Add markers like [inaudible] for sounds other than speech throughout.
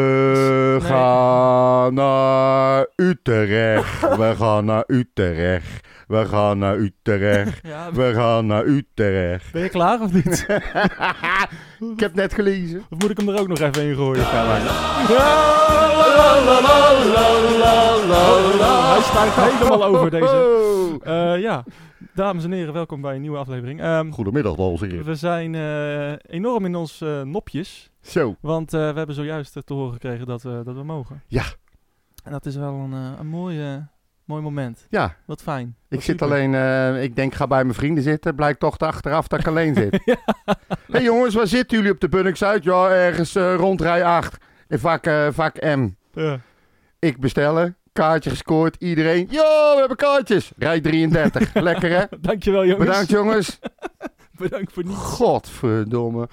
We Nee. gaan naar Utrecht. We gaan naar Utrecht. We gaan naar Utrecht. Ja, We gaan naar Utrecht. ben je klaar of niet? [laughs] Ik heb net gelezen. [laughs] Of moet ik hem er ook nog even in gooien? Hij stijgt helemaal over deze. Eh, ja, dames en heren, welkom bij een nieuwe aflevering. Ehm, [laughs] Goedemiddag, dames en heren. we zijn eh, enorm in ons eh, nopjes, Zo, want eh, we hebben zojuist eh, te horen gekregen dat, we dat we mogen. Ja. En dat is wel een, eh, een mooi, eh, mooi moment. ja. Wat fijn. Ik Wat zit super. alleen, eh, ik denk ga bij mijn vrienden zitten. Blijkt toch achteraf dat ik alleen [laughs] zit. Hé hey jongens, waar zitten jullie op de Bunnings uit? Ja, ergens eh, rond rij 8. In vak, eh, vak M. Ja. [laughs] Ik bestellen, kaartje gescoord, iedereen. Yo, we hebben kaartjes. Rij [laughs] 33. Lekker hè? Dankjewel jongens. Bedankt jongens. [laughs] Bedankt voor niet. [laughs] Godverdomme.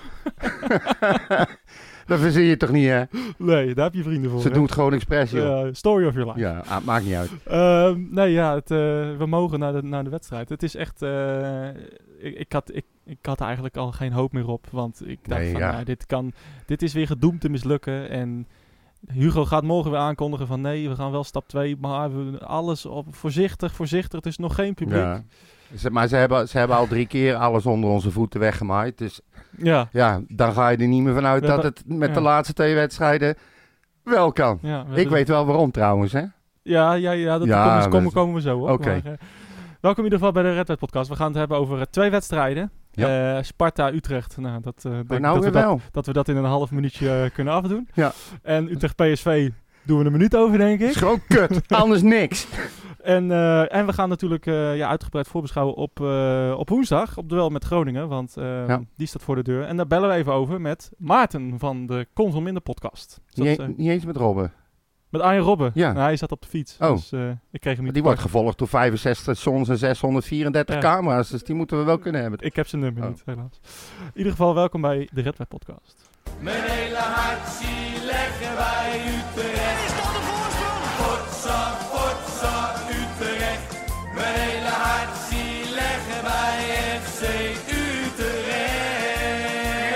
dat verzin je toch niet hè? Nee, daar heb je vrienden voor. Ze hè? doen het gewoon expres joh. Ja, story of your life. Ja, ah, maakt niet uit. Ehm, nee, ja, het, eh, we mogen naar de, naar de wedstrijd. Het is echt. eh, ik, ik, had, ik, ik had er eigenlijk al geen hoop meer op. Want ik dacht Nee, van, ja. nou, dit, kan, dit is weer gedoemd te mislukken. En Hugo gaat morgen weer aankondigen van nee, we gaan wel stap 2. Maar we, alles op, voorzichtig, voorzichtig. Het is nog geen publiek. Ja, Ja. Ze- Maar ze hebben, ze hebben al drie keer alles onder onze voeten weggemaaid. Dus ja, Ja, dan ga je er niet meer vanuit We dat hebben- het met ja. de laatste twee wedstrijden wel kan. we hebben- Ik weet wel waarom trouwens, hè? Ja, ja, ja, dat Ja, komen, ze- we- komen, komen we zo op. Oké. Maar, eh, welkom in ieder geval bij de Red Wet Podcast. We gaan het hebben over eh, twee wedstrijden. Ja. Eh, Sparta-Utrecht. Nou, dat eh, Maar denk ik nou dat we weer dat wel. dat we dat in een half minuutje eh, kunnen afdoen. Ja. En Utrecht PSV doen we een minuut over, denk Het [laughs] ik. is gewoon [laughs] kut, anders niks. En, eh, en we gaan natuurlijk eh, ja, uitgebreid voorbeschouwen op, eh, op woensdag, op duel met Groningen, want eh, Ja. die staat voor de deur. En daar bellen we even over met Maarten van de Consol Minder podcast. Is dat, Niet, eh, e- niet eens met Robben. met Arjen Robben. Ja. Nou, hij zat op de fiets, Oh. dus eh, ik kreeg hem niet Die te wordt gevolgd door 65 stations en 634 Ja. camera's, dus die moeten we wel kunnen hebben. pakken. Ik heb zijn nummer Oh. niet, helaas. In ieder geval, welkom bij de Red Web podcast. Mijn hele hart zie leggen wij Utrecht. Is dat de voorsprong? Potsa, potsa, Utrecht. Mijn hele hart zie leggen wij FC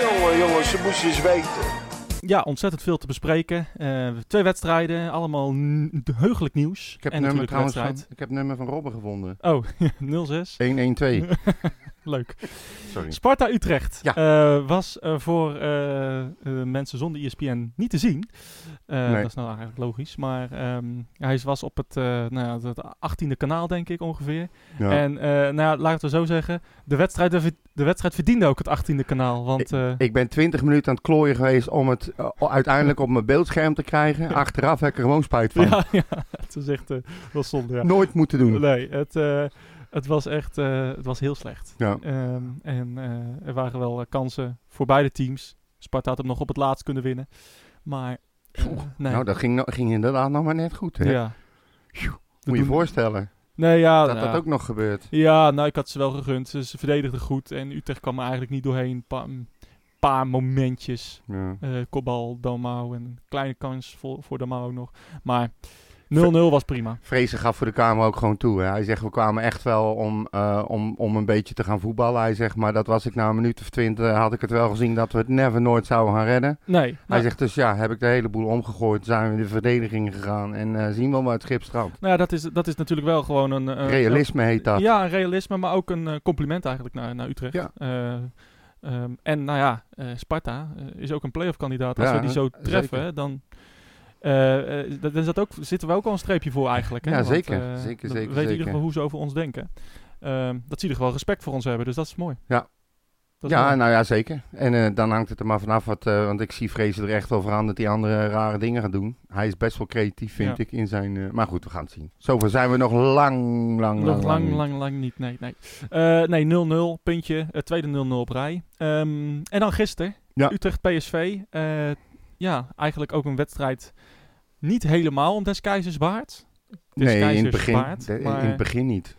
Utrecht. Jongen, jongen, ze moest eens weten. Ja, ontzettend veel te bespreken. Eh, twee wedstrijden, allemaal n- heugelijk nieuws. Ik heb, en nummer, natuurlijk de trouwens van, wedstrijd. ik heb nummer van Robben gevonden. Oh, [laughs] 0-6. [laughs] 112. Leuk. Sorry. Sparta Utrecht Ja. eh, was eh, voor eh, eh, mensen zonder ESPN niet te zien. Eh, Nee. Dat is nou eigenlijk logisch. Maar ehm, hij was op het, eh nou, ja, het 18e kanaal, denk ik ongeveer. Ja. En eh, nou, ja, laten we zo zeggen, de wedstrijd, de, de wedstrijd verdiende ook het 18e kanaal. Want eh, Ik ben 20 minuten aan het klooien geweest om het eh, uiteindelijk op mijn beeldscherm te krijgen. Achteraf heb ik er gewoon spijt van. ja, [laughs] ja, het is echt eh, wel zonde. Ja. Nooit moeten doen. Nee, het, eh, het was echt eh, het was heel slecht. Ja. Ehm, en eh, er waren wel eh, kansen voor beide teams. Sparta had hem nog op het laatst kunnen winnen. Maar eh, Oeh, nee. Nou, dat ging, no- ging inderdaad nog maar net goed. Hè? ja. Pjoe, We Moet je je doen- voorstellen Nee, ja, dat nou, dat ook nog gebeurt. ja, nou, ik had ze wel gegund. Ze, ze verdedigden goed en Utrecht kwam er eigenlijk niet doorheen. Een paar, een paar momentjes. Ja. eh kopbal, Dalmau en een kleine kans voor, voor Dalmau ook nog. Maar 0-0 was prima. Vrezen gaf voor de Kamer ook gewoon toe. Hè. Hij zegt, we kwamen echt wel om, eh, om, om een beetje te gaan voetballen. Hij zegt, maar dat was ik na een minuut of twintig, eh, had ik het wel gezien dat we het never nooit zouden gaan redden. Nee. Hij nou- zegt dus, ja, heb ik de hele boel omgegooid, zijn we in de verdediging gegaan en eh, zien we wel waar het schip strandt. Nou ja, dat is, dat is natuurlijk wel gewoon een... eh, Realisme heet dat. Ja, een realisme, maar ook een eh, compliment eigenlijk naar, naar Utrecht. Ja. Eh, ehm, en nou ja, eh, Sparta eh, is ook een playoff kandidaat. Als Ja, we die zo zeker. treffen, hè, dan, eh, eh, dan zat ook, zitten we ook al een streepje voor eigenlijk. Hè? Ja, zeker. eh, Zeker, dan zeker, weten in zeker. ieder geval hoe ze over ons denken. Ehm, dat ze in ieder geval respect voor ons hebben, dus dat is mooi. Ja. Dat is Ja, mooi. nou ja, zeker. En eh, dan hangt het er maar vanaf, wat, eh, want ik zie Vrezen er echt over aan dat die andere rare dingen gaat doen. Hij is best wel creatief, vind Ja. ik, in zijn... eh, maar goed, we gaan het zien. Zover zijn we nog lang, lang, lang, Nog lang, niet. lang, lang, niet. Nee, nee. Eh, nee, 0-0, puntje. Eh, tweede 0-0 op rij. Ehm, en dan gisteren, Ja. Utrecht-PSV. Eh, ja, eigenlijk ook een wedstrijd niet helemaal om des keizers waard. Des Nee, in het, keizers begin, waard, de- maar- in het begin niet.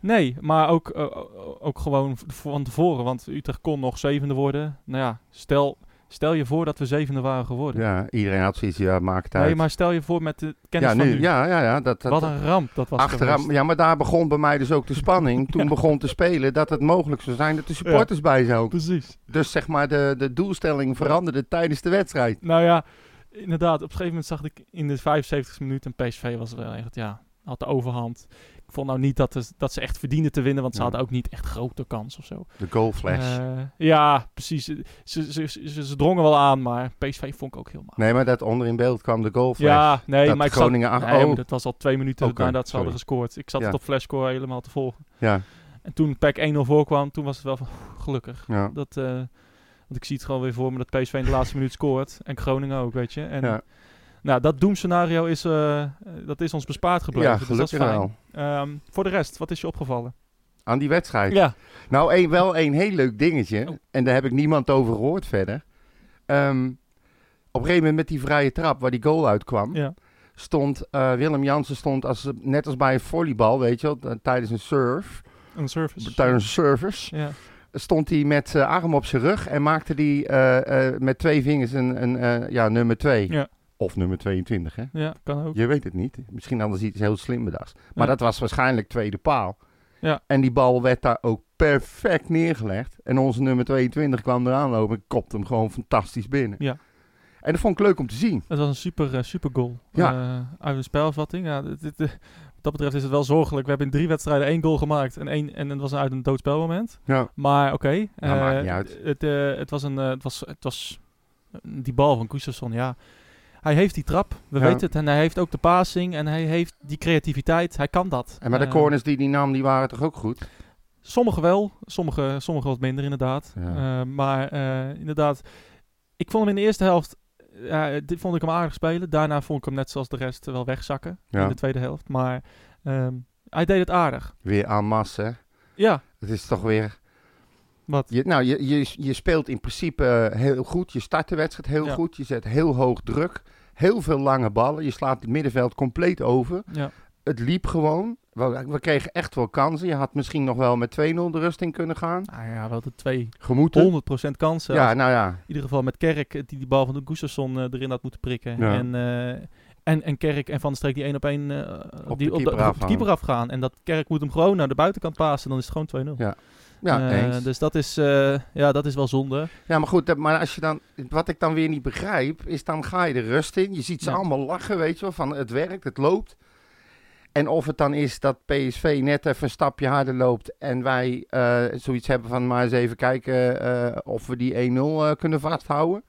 Nee, maar ook, eh, ook gewoon v- van tevoren. Want Utrecht kon nog zevende worden. Nou ja, stel, stel je voor dat we zevende waren geworden. Ja, iedereen had zoiets, ja, maakt het nee, uit. maar stel je voor met de kennis ja, van nu. ja, ja, ja. Dat, dat, Wat een ramp dat was achteraan- geweest. ja, maar daar begon bij mij dus ook de [laughs] spanning. Toen begon te spelen dat het mogelijk zou zijn dat de supporters bij zouden. Precies. Dus zeg maar, de, de doelstelling veranderde tijdens de wedstrijd. Nou ja, inderdaad, op een gegeven moment zag ik in de 75 e minuut... en PSV was wel echt, ja, had de overhand. Ik vond nou niet dat, de- dat ze echt verdienden te winnen... want ze Ja. hadden ook niet echt grote kans of zo. De goalflash. Eh, ja, precies. Ze, ze, ze, ze- ze drongen wel aan, maar PSV vond ik ook heel makkelijk. nee, maar dat onder in beeld kwam de goalflash. Ja, nee, dat maar ik Groningen zat, ach- nee, maar oh. dat was al twee minuten Oké, nadat ze hadden sorry. gescoord. Ik zat Ja. het op flashscore helemaal te volgen. Ja, En toen E PEC 1-0 voorkwam, toen was het wel van, "Oeh, gelukkig. ja. Dat, eh, want ik zie het gewoon weer voor me dat PSV in de laatste minuut scoort. En Groningen ook, weet je. En, Ja. Nou, dat doemscenario is, eh, eh, dat is ons bespaard gebleven. ja, dus dat is gelukkig fijn. wel. Ehm, voor de rest, wat is je opgevallen? Aan die wedstrijd. Ja, Nou, één- wel een heel leuk dingetje. Oh. En daar heb ik niemand over gehoord verder. Ehm, op een gegeven moment met die vrije trap waar die goal uitkwam. Ja. Stond eh, Willem Jansen stond als, net als bij een volleybal, weet je wel, t- tijdens een surf, een service. tijdens een service, Ja. stond hij met zijn arm op zijn rug en maakte hij met twee vingers een, een eh, ja, nummer 2. Ja. Of nummer 22, hè? ja, kan ook. Je weet het niet. Misschien hadden ze iets heel slim bedacht. Maar Ja. dat was waarschijnlijk tweede paal. Ja. En die bal werd daar ook perfect neergelegd. En onze nummer 22 kwam eraan lopen en kopte hem gewoon fantastisch binnen. Ja. En dat vond ik leuk om te zien. Het was een super, eh, super goal. Ja. Eh, uit een spelvatting. Ja, dit, dit, eh, wat dat betreft is het wel zorgelijk. We hebben in drie wedstrijden één goal gemaakt. En, één, en het was uit een doodspelmoment. Ja. Maar oké. eh, Nou, maakt niet uit. Het, eh, het was een. eh, het was, het was die bal van Gustafsson, ja. Hij heeft die trap, we Ja. weten het. En hij heeft ook de passing en hij heeft die creativiteit. Hij kan dat. En maar de Eh, corners die die nam, die waren toch ook goed? Sommige wel, sommige, sommige wat minder inderdaad. Ja. Eh, maar eh, inderdaad, ik vond hem in de eerste helft, ja, dit vond ik hem aardig spelen. Daarna vond ik hem net zoals de rest eh, wel wegzakken Ja. in de tweede helft. Maar ehm, hij deed het aardig. Weer aan massa. Ja, Het is toch weer... wat? Je, nou, je, je, je speelt in principe eh, heel goed. Je start de wedstrijd heel Ja. goed. Je zet heel hoog druk. Heel veel lange ballen. Je slaat het middenveld compleet over. Ja. Het liep gewoon. We, we kregen echt wel kansen. Je had misschien nog wel met 2-0 de rust in kunnen gaan. Nou ja, wel de twee Gemoeten. 100% kansen. Ja, nou ja. In ieder geval met Kerk, eh, die die bal van de Gustafsson eh, erin had moeten prikken. Ja. En, eh, en, en Kerk en Van de Streek die één op één eh, Op die- de keeper op, de, op de afgaan. keeper afgaan. En dat Kerk moet hem gewoon naar de buitenkant pasen. Dan is het gewoon 2-0. Ja, Eh, eens. Dus dat is, eh, ja, dat is wel zonde. ja, maar goed. dat- Maar als je dan, wat ik dan weer niet begrijp, is dan ga je de rust in. Je ziet ze Ja. allemaal lachen, weet je wel. Van het werkt, het loopt. En of het dan is dat PSV net even een stapje harder loopt en wij eh, zoiets hebben van maar eens even kijken eh, of we die 1-0 eh, kunnen vasthouden.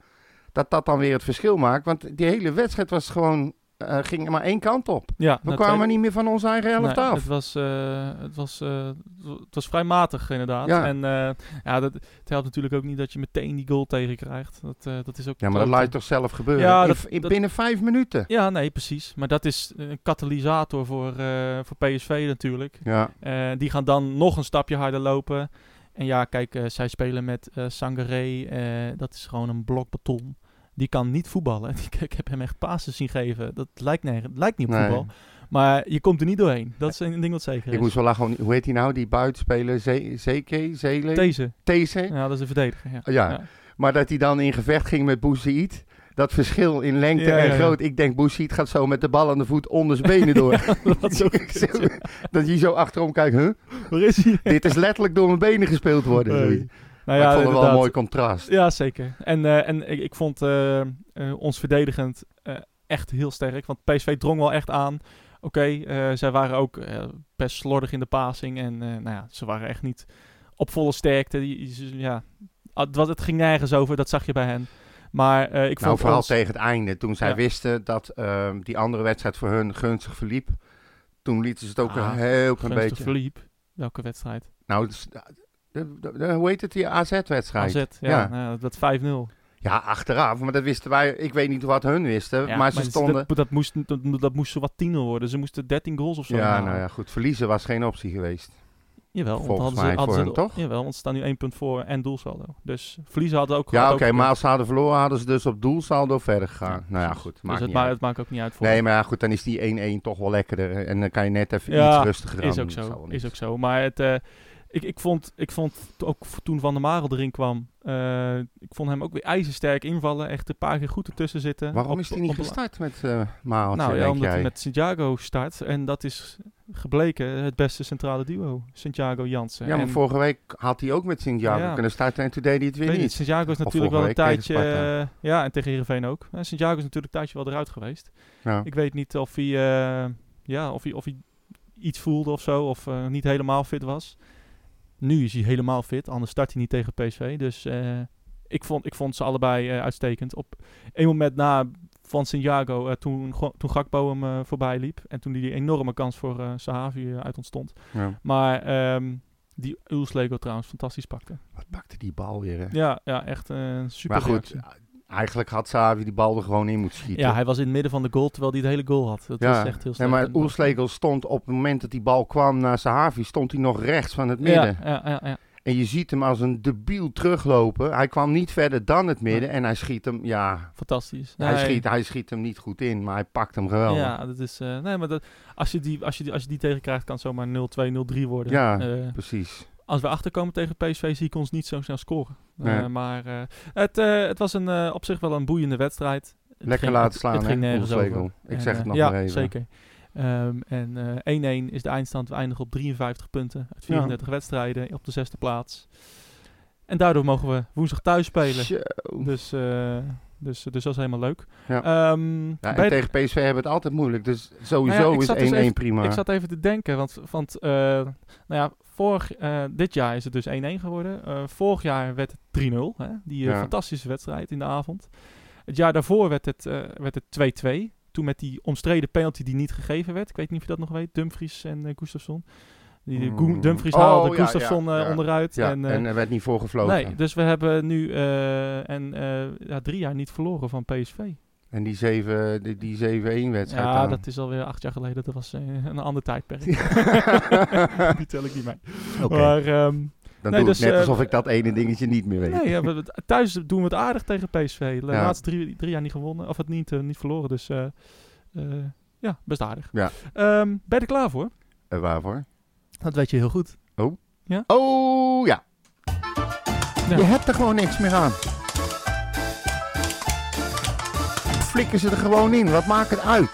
Dat dat dan weer het verschil maakt. Want die hele wedstrijd was gewoon, eh, ging maar één kant op. Ja, We kwamen niet meer van onze eigen helft af. Nee, Nou, Het was, eh, het, was, eh, het was vrij matig inderdaad. Ja. En eh, ja, dat, het helpt natuurlijk ook niet dat je meteen die goal tegenkrijgt. Dat, eh, dat is ook Ja, maar dat klote. laat je toch zelf gebeuren? Ja, In- dat- in, dat- binnen vijf minuten. Ja, nee, precies. Maar dat is een katalysator voor, eh, voor PSV natuurlijk. Ja, Eh, die gaan dan nog een stapje harder lopen. En ja, kijk, eh, zij spelen met eh Sangaré. eh, dat is gewoon een blok beton. Die kan niet voetballen. [laughs] Ik, ik heb hem echt pases zien geven. Dat lijkt, nerg- lijkt niet op Nee. voetbal. Maar je komt er niet doorheen. Dat is een ding wat zeker is. ik moest wel lachen. om- Hoe heet hij nou, die buitenspeler? Ze- ZK? Zele? Deze. TC? Ja, dat is de verdediger. [laughs] Ja. Oh, Ja. Ja. Maar dat hij dan in gevecht ging met Bouzid. Dat verschil in lengte Ja, en ja, ja. groot. Ik denk, Bouzid gaat zo met de bal aan de voet onder zijn benen [laughs] door. dat is ook [laughs] een Zo- kutje. dat je zo achterom kijkt, huh? Waar is hij? Dit is letterlijk door mijn benen gespeeld worden. Nee. zoiets. Maar Nou ik vond het wel inderdaad. een mooi contrast. Ja, zeker. En, eh, en ik, ik vond eh, eh, ons verdedigend eh, echt heel sterk. Want PSV drong wel echt aan. Oké, eh, zij waren ook eh, best slordig in de passing. En eh, nou ja, ze waren echt niet op volle sterkte. Die- ze- ja. Ah, het was- het ging nergens over, dat zag je bij hen. Maar eh, ik Nou, vond vooral ons- tegen het einde. Toen zij Ja. wisten dat ehm, die andere wedstrijd voor hun gunstig verliep. Toen lieten ze het ook Ah, een heel klein gunstig beetje. verliep. Welke wedstrijd? Nou, dus, eh, de- de- de- hoe heet het, die AZ-wedstrijd? AZ, ja. Ja. Nou, ja, dat 5-0. Ja, achteraf, maar dat wisten wij. Ik weet niet wat hun wisten, Ja, Eh, maar ze dat- stonden... Dat, dat, moest, dat, dat moest zo wat 10-0 worden. Ze moesten 13 goals of zo ja, halen. nou ja, goed. Verliezen was geen optie geweest. Jawel, want Volgens hadden mij ze, hadden voor ze, hen, toch? Jawel, want ze staan nu één punt voor en doelsaldo. Dus verliezen hadden ook ja, had oké, ook gekund. maar als ze hadden verloren, hadden ze dus op doelsaldo verder gegaan. Ja, nou ja, precies. goed, dus maakt het, niet ma uit. het maakt ook niet uit voor Nee, maar ja, goed, dan is die 1-1 toch wel lekkerder. hè, En dan kan je net even Ja, iets rustiger aan Is ook doen. Zal zo, wel is niet. ook zo. Maar het, eh, ik, ik, vond, ik vond t- ook v- toen Van der Marel erin kwam, eh, ik vond hem ook weer ijzersterk invallen. Echt een paar keer goed ertussen zitten. Waarom Op- is die niet op- gestart met eh Maaltje, Nou ja, denk omdat jij? hij met Santiago start. En dat is gebleken het beste centrale duo. Santiago Jansen. Ja, maar eh, En- vorige week had hij ook met Santiago Ja. kunnen starten en toen deed hij het ik weer weet niet. niet. Santiago is Of natuurlijk wel een vorige week tegen tijdje... eh, ja, en tegen Heerenveen ook. En Santiago is natuurlijk een tijdje wel eruit geweest. Ja. Ik weet niet of hij, eh, ja, of hij, of hij iets voelde of zo. Of eh, niet helemaal fit was. Nu is hij helemaal fit. Anders start hij niet tegen PSV. Dus eh, ik, vond, ik vond ze allebei eh, uitstekend. Op een moment na van Santiago, eh, toen, Go- toen Gakpo hem eh, voorbij liep. En toen die enorme kans voor eh, Sahavi eh, uit ontstond. Ja. Maar ehm, die Ulslego trouwens fantastisch pakte. Wat pakte die bal weer, hè? Ja, ja echt eh, een super maar goed, eigenlijk had Savi die bal er gewoon in moeten schieten. Ja, hij was in het midden van de goal, terwijl hij de hele goal had. Dat Ja. is echt heel Nee, sterk. maar Oelslegel stond op het moment dat die bal kwam naar Sahavi, stond hij nog rechts van het ja, midden. ja, ja, ja. En je ziet hem als een debiel teruglopen. Hij kwam niet verder dan het midden en hij schiet hem, ja, fantastisch. hij, Nee. schiet, hij schiet hem niet goed in, maar hij pakt hem geweldig. Ja, dat is. eh, nee, maar dat, als, je die, als, je die, als je die tegenkrijgt, kan het zomaar 0-2, 0-3 worden. Ja. Eh, Precies. als we achterkomen tegen PSV, zie ik ons niet zo snel scoren. Eh, Nee. maar eh, het, eh, het was een, eh, op zich wel een boeiende wedstrijd. Het Lekker ging- laten het- slaan, het ging hè, nergens Oelslegel. over. Ik En, zeg eh, het nog ja, maar even. zeker. Ehm, en eh, 1-1 is de eindstand. We eindigen op 53 punten uit 34 wedstrijden op de zesde plaats. En daardoor mogen we woensdag thuis spelen. Zo. Dus, eh, dus, dus dat is helemaal leuk. Ja. Ehm, Ja, bij- en tegen PSV hebben we het altijd moeilijk, dus Nou sowieso ja, ik is 1-1 zat dus even- prima. Ik zat even te denken, want, want eh, nou ja, vorig, eh, dit jaar is het dus 1-1 geworden. Eh, vorig jaar werd het 3-0, hè, die eh, Ja. fantastische wedstrijd in de avond. Het jaar daarvoor werd het, eh, werd het 2-2. Toen met die omstreden penalty die niet gegeven werd. Ik weet niet of je dat nog weet. Dumfries en eh Gustafsson. Die de Goe- Mm. Dumfries Oh, haalde ja, Gustafsson ja, eh, ja. onderuit. ja, en, en, eh, er werd niet voor gevlogen. nee, dus we hebben nu eh, en, eh, ja, drie jaar niet verloren van PSV. En die 7 die, die 7-1 wedstrijd Ja, dan. dat is alweer acht jaar geleden. Dat was eh, een ander [laughs] tijdperk. die tel ik niet mee. Oké. Maar ehm, Dan nee, doe dus, ik net eh, alsof ik dat ene dingetje niet meer weet. nee, ja, we- we- thuis doen we het aardig tegen PSV. De Ja. laatste drie, drie jaar niet gewonnen. Of het niet, eh, niet verloren. Dus eh, eh, ja, best aardig. Ja. Ehm, ben je er klaar voor? Eh, waarvoor? Dat weet je heel goed. Oh, ja. Ja. Je hebt er gewoon niks meer aan. Flikken ze er gewoon in, wat maakt het uit?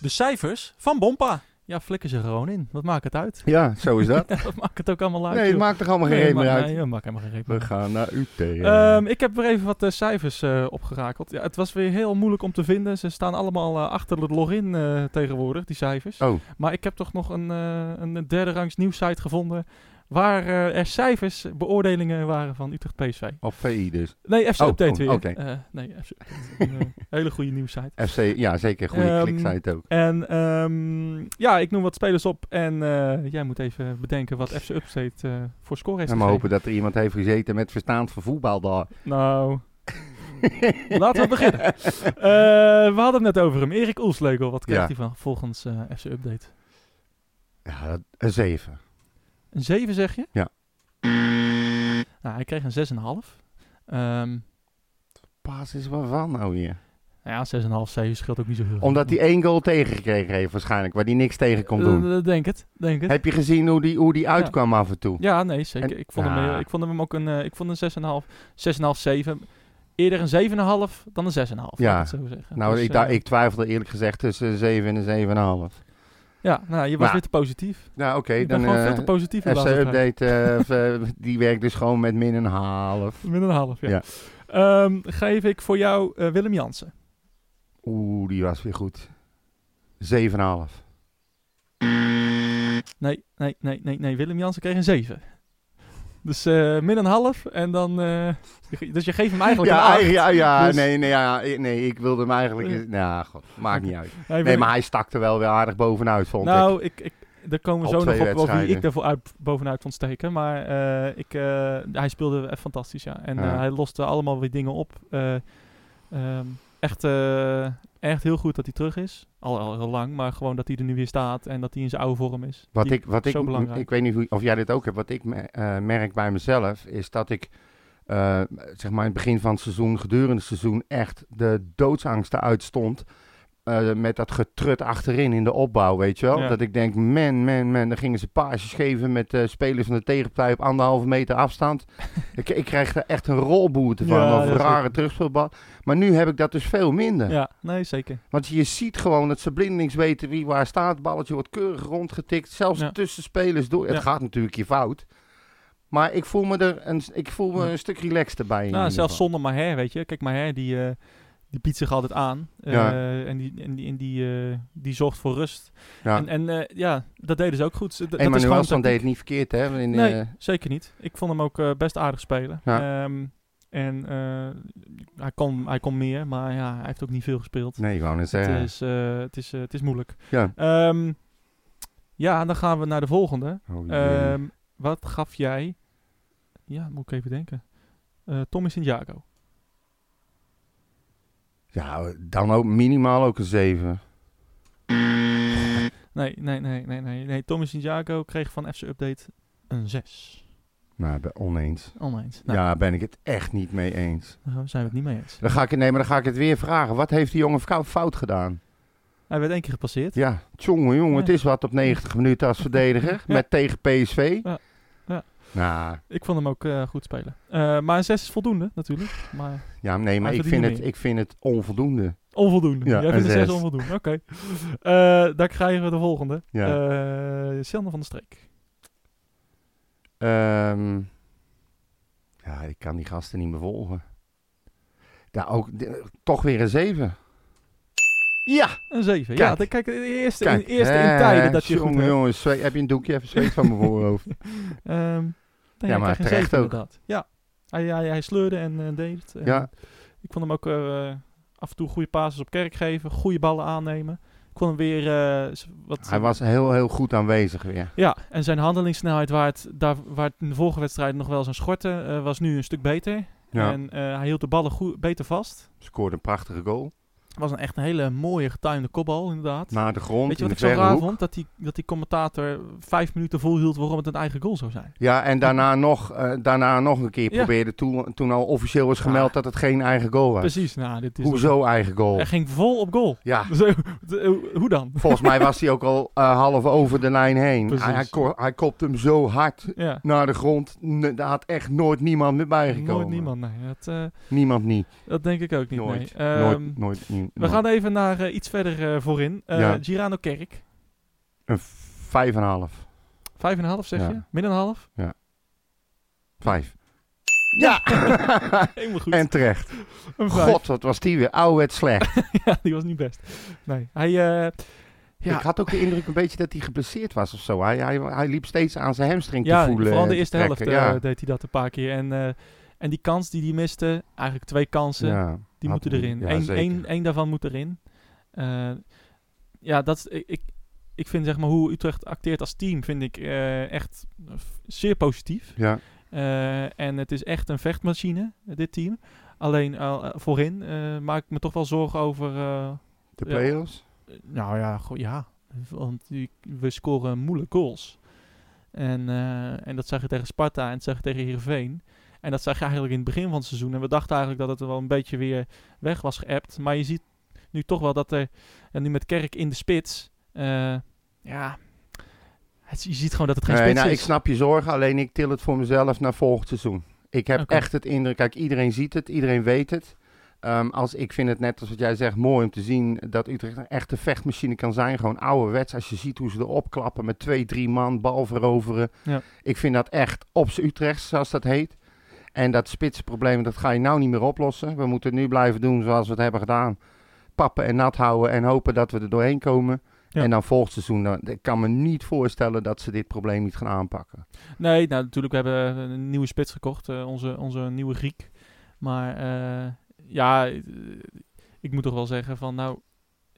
De cijfers van Bompa. Ja, flikken ze gewoon in. Wat maakt het uit? [laughs] Ja, zo is dat. Dat maakt het ook allemaal uit. nee, het joh. maakt toch allemaal geen Nee, reet ma- meer uit. Nee, dat maakt helemaal geen reet meer We uit. gaan naar Utrecht. Ehm, ik heb weer even wat eh, cijfers eh, opgerakeld. Ja, het was weer heel moeilijk om te vinden. Ze staan allemaal eh, achter het login eh, tegenwoordig, die cijfers. Oh. Maar ik heb toch nog een, eh, een derde rangs nieuwssite gevonden. Waar eh, er cijfers, beoordelingen waren van Utrecht PSV. Op VI dus. Nee, FC Oh, Update oh, weer. oké. Eh, nee, FC Update. Een, eh, hele goede nieuwssite. FC, ja zeker, goede Ehm, kliksite ook. En ehm, ja, ik noem wat spelers op. En eh, jij moet even bedenken wat FC Update eh, voor score heeft En maar hopen gegeven. dat er iemand heeft gezeten met verstand voor voetbal daar. Nou, Laten we beginnen. Eh, we hadden het net over hem. Erik Oelslegel, wat krijgt Ja. hij van volgens eh, FC Update? Ja, dat- een 7. Een 7 zeg je? Ja. Nou, hij kreeg een 6,5. Ehm Pas is waarvan nou weer? nou ja, 6,5, 7 scheelt ook niet zo heel veel. Omdat hij één goal tegengekregen heeft waarschijnlijk, waar hij niks tegen kon doen. Eh, eh, denk het, denk het. Heb je gezien hoe die, hoe die uitkwam af en toe? Ja, nee, zeker. En- ik, vond hem, Ja. heel- ik vond hem ook een, eh, ik vond een 6,5, 6,5, 7. Eerder een 7,5 dan een 6,5. laat Ja. ik het zo zeggen. Nou, Dus, ik, daar, eh, ik twijfelde eerlijk gezegd tussen een 7 en een 7,5. Ja, nou, je was Maar- weer te positief. Nou, oké, Ik ben dan gewoon veel eh te positief. in de laatste tijd. FC-update, eh, [laughs] die werkt dus gewoon met min een half. Min een half, ja. Ja. Ehm, geef ik voor jou eh, Willem Jansen. Oeh, die was weer goed. 7,5. Nee, nee, nee, nee, nee. Willem Jansen kreeg een 7. Dus eh, min een half en dan... eh, je ge- dus je geeft hem eigenlijk een Ja, acht. eigen- ja, ja, Dus- nee, nee, ja, ik- nee, ik wilde hem eigenlijk... Ja. eens- Nou, god, maakt niet uit. Hij Nee, wil- maar hij stak er wel weer aardig bovenuit, vond ik. nou, ik, ik, daar komen we Al zo nog twee op wel wie ik wedstrijden. daarvoor uit, bovenuit vond steken. Maar eh, ik, eh, hij speelde echt fantastisch, ja. En Ja. eh, hij loste allemaal weer dingen op. Eh, ehm, echt, eh, echt heel goed dat hij terug is. Al, al heel lang, maar gewoon dat hij er nu weer staat en dat hij in zijn oude vorm is. Wat Die- ik, wat zo ik, belangrijk. ik weet niet hoe- of jij dit ook hebt. Wat ik me- eh, merk bij mezelf is dat ik, eh, zeg maar, in het begin van het seizoen, gedurende het seizoen, echt de doodsangsten uitstond. eh, met dat getrut achterin in de opbouw, weet je wel. Ja. Dat ik denk, man, man, man, dan gingen ze paasjes geven met eh, spelers van de tegenpartij op anderhalve meter [laughs] afstand. ik, ik krijg er echt een rolboete van, Ja, of dat is rare terugspeelbal. Maar nu heb ik dat dus veel minder. Ja, nee, zeker. Want je ziet gewoon dat ze blindelings weten wie waar staat. Balletje wordt keurig rondgetikt. Zelfs Ja. tussen spelers door. Het Ja. gaat natuurlijk je fout. Maar ik voel me er een, ik voel me Ja. een stuk relaxter bij. in Nou, ieder zelfs geval. zonder Maher, weet je. Kijk, Maher, die, eh, die biedt zich altijd aan. Eh, Ja. En, die, en, die, en die, eh, die zorgt voor rust. Ja. En, en eh, ja, dat deden ze ook goed. Z- dat- dat is En gewoon Manuelson deed tactiek. het niet verkeerd, hè? In, Nee, eh, zeker niet. Ik vond hem ook eh, best aardig spelen. Ja. Ehm, en eh, hij, kon, hij kon meer, maar ja, hij heeft ook niet veel gespeeld. nee, ik wou net Het, zeggen. is, eh, het, is, eh, het is moeilijk. Ja. Ehm, ja, en dan gaan we naar de volgende. Oh, jee. Ehm, wat gaf jij... Ja, moet ik even denken. Eh Tommy Santiago. ja, dan ook minimaal ook een 7. Nee, nee, nee, nee, nee. nee. Tommy Santiago kreeg van FC Update een 6. Nou, ik ben oneens. Oneens. Nou, Ja, ben ik het echt niet mee eens. daar zijn we het niet mee eens. Dan ga ik, nee, maar dan ga ik het weer vragen. Wat heeft die jongen fou- fout gedaan? Hij werd één keer gepasseerd. Ja, jongen, jongen, Ja. het is wat op 90 minuten als verdediger. Ja. Met tegen PSV. Ja. Ja. Nou, Ik vond hem ook eh, goed spelen. Eh, maar een 6 is voldoende, natuurlijk. Maar ja, nee, maar Hij ik verdient vind, het, meer. ik vind het onvoldoende. onvoldoende. Ja, Jij vindt een een 6 zes. onvoldoende. Oké. Eh, daar krijgen we de volgende. Ja. Eh Sander van der Streek. Ehm, ja, ik kan die gasten niet meer volgen. Ja, ook de- toch weer een 7. Ja, Een 7. Kijk. Ja, dan, kijk, de eerste, kijk. in, eerste in Eh, tijden dat je jongen, goed hebt. jongen, zweet- heb je een doekje even zweet [laughs] van mijn voorhoofd? Ehm, nee, Ja, ja, maar maar terecht ook. Inderdaad. Ja, hij, hij, hij sleurde en eh, deed het. En Ja. Ik vond hem ook eh, af en toe goede passes op kerk geven, goede ballen aannemen. Ik vond hem weer eh, z- wat... Hij was heel, heel goed aanwezig weer. Ja, en zijn handelingssnelheid, waar het, daar, waar het in de vorige wedstrijd nog wel zo'n schorten, eh, was nu een stuk beter. Ja, En eh, hij hield de ballen goed, beter vast. scoorde een prachtige goal. Het was een echt een hele mooie getimede kopbal, inderdaad. Naar de grond, Weet je in wat ik de zo verre raar hoek. vond? Dat die, dat die commentator vijf minuten volhield waarom het een eigen goal zou zijn. Ja, en daarna nog, eh, daarna nog een keer Ja. probeerde toen, toen al officieel was gemeld Ah. dat het geen eigen goal was. Precies, nou, dit is... Hoezo eigen goal? Hij ging vol op goal. Ja, [laughs] Dus, eh, d- eh, hoe dan? volgens mij was hij ook al eh, half over de lijn heen. Precies. Hij, hij, ko- hij kopt hem zo hard Ja. naar de grond. N- daar had echt nooit niemand meer bijgekomen. Nooit niemand, nee. Dat, eh, Niemand niet. dat denk ik ook niet, Nooit. nee. Ehm, nooit, nooit, nie- We nooit. gaan even naar eh, iets verder eh, voorin. Eh, Ja. Girano Kerk. Een v- vijf en een half. Vijf en een half, zeg Ja. je? Min een half? Vijf. Ja! Helemaal goed. [laughs] en terecht. een [laughs] vijf. God, wat was die weer. Ouwet slecht. ja, die was niet best. Nee, hij... eh, ja, Ik had ook de indruk een beetje dat hij geblesseerd was of zo. Hij, hij, hij liep steeds aan zijn hamstring ja, te voelen. vooral de en te eerste helft trekken. eh, deed hij dat een paar keer. En, eh, en die kans die hij miste, eigenlijk twee kansen, Ja, die had moeten hem. erin. Ja, Eén zeker. één- één daarvan moet erin. Eh, ja, dat is, ik, ik, ik vind zeg maar hoe Utrecht acteert als team, vind ik eh, echt f- zeer positief. Ja, Eh, en het is echt een vechtmachine, eh, dit team. Alleen al, eh, voorin eh, maak ik me toch wel zorgen over... eh, de Ja. play-offs. eh, Nou ja, go- ja. Want die- we scoren moeilijk goals. En, eh, en dat zag je tegen Sparta en dat zag je tegen Heerenveen. En dat zag je eigenlijk in het begin van het seizoen. En we dachten eigenlijk dat het wel een beetje weer weg was geappt. Maar je ziet nu toch wel dat er... En nu met Kerk in de spits... eh, ja... Het, je ziet gewoon dat het geen Nee, spits nou, ik is. snap je zorgen, alleen ik til het voor mezelf naar volgend seizoen. Ik heb Oké. echt het indruk, kijk, iedereen ziet het, iedereen weet het. Ehm, als, ik vind het net als wat jij zegt, mooi om te zien dat Utrecht een echte vechtmachine kan zijn. Gewoon ouderwets, als je ziet hoe ze erop klappen met twee, drie man, bal veroveren. Ja. Ik vind dat echt op z'n Utrecht, zoals dat heet. En dat spitsenprobleem, dat ga je nou niet meer oplossen. We moeten nu blijven doen zoals we het hebben gedaan. Pappen en nat houden en hopen dat we er doorheen komen. Ja. En dan volgend seizoen, dan, ik kan me niet voorstellen dat ze dit probleem niet gaan aanpakken. Nee, nou natuurlijk, we hebben eh, een nieuwe spits gekocht, eh, onze, onze nieuwe Griek. Maar eh, ja, eh, ik moet toch wel zeggen van nou,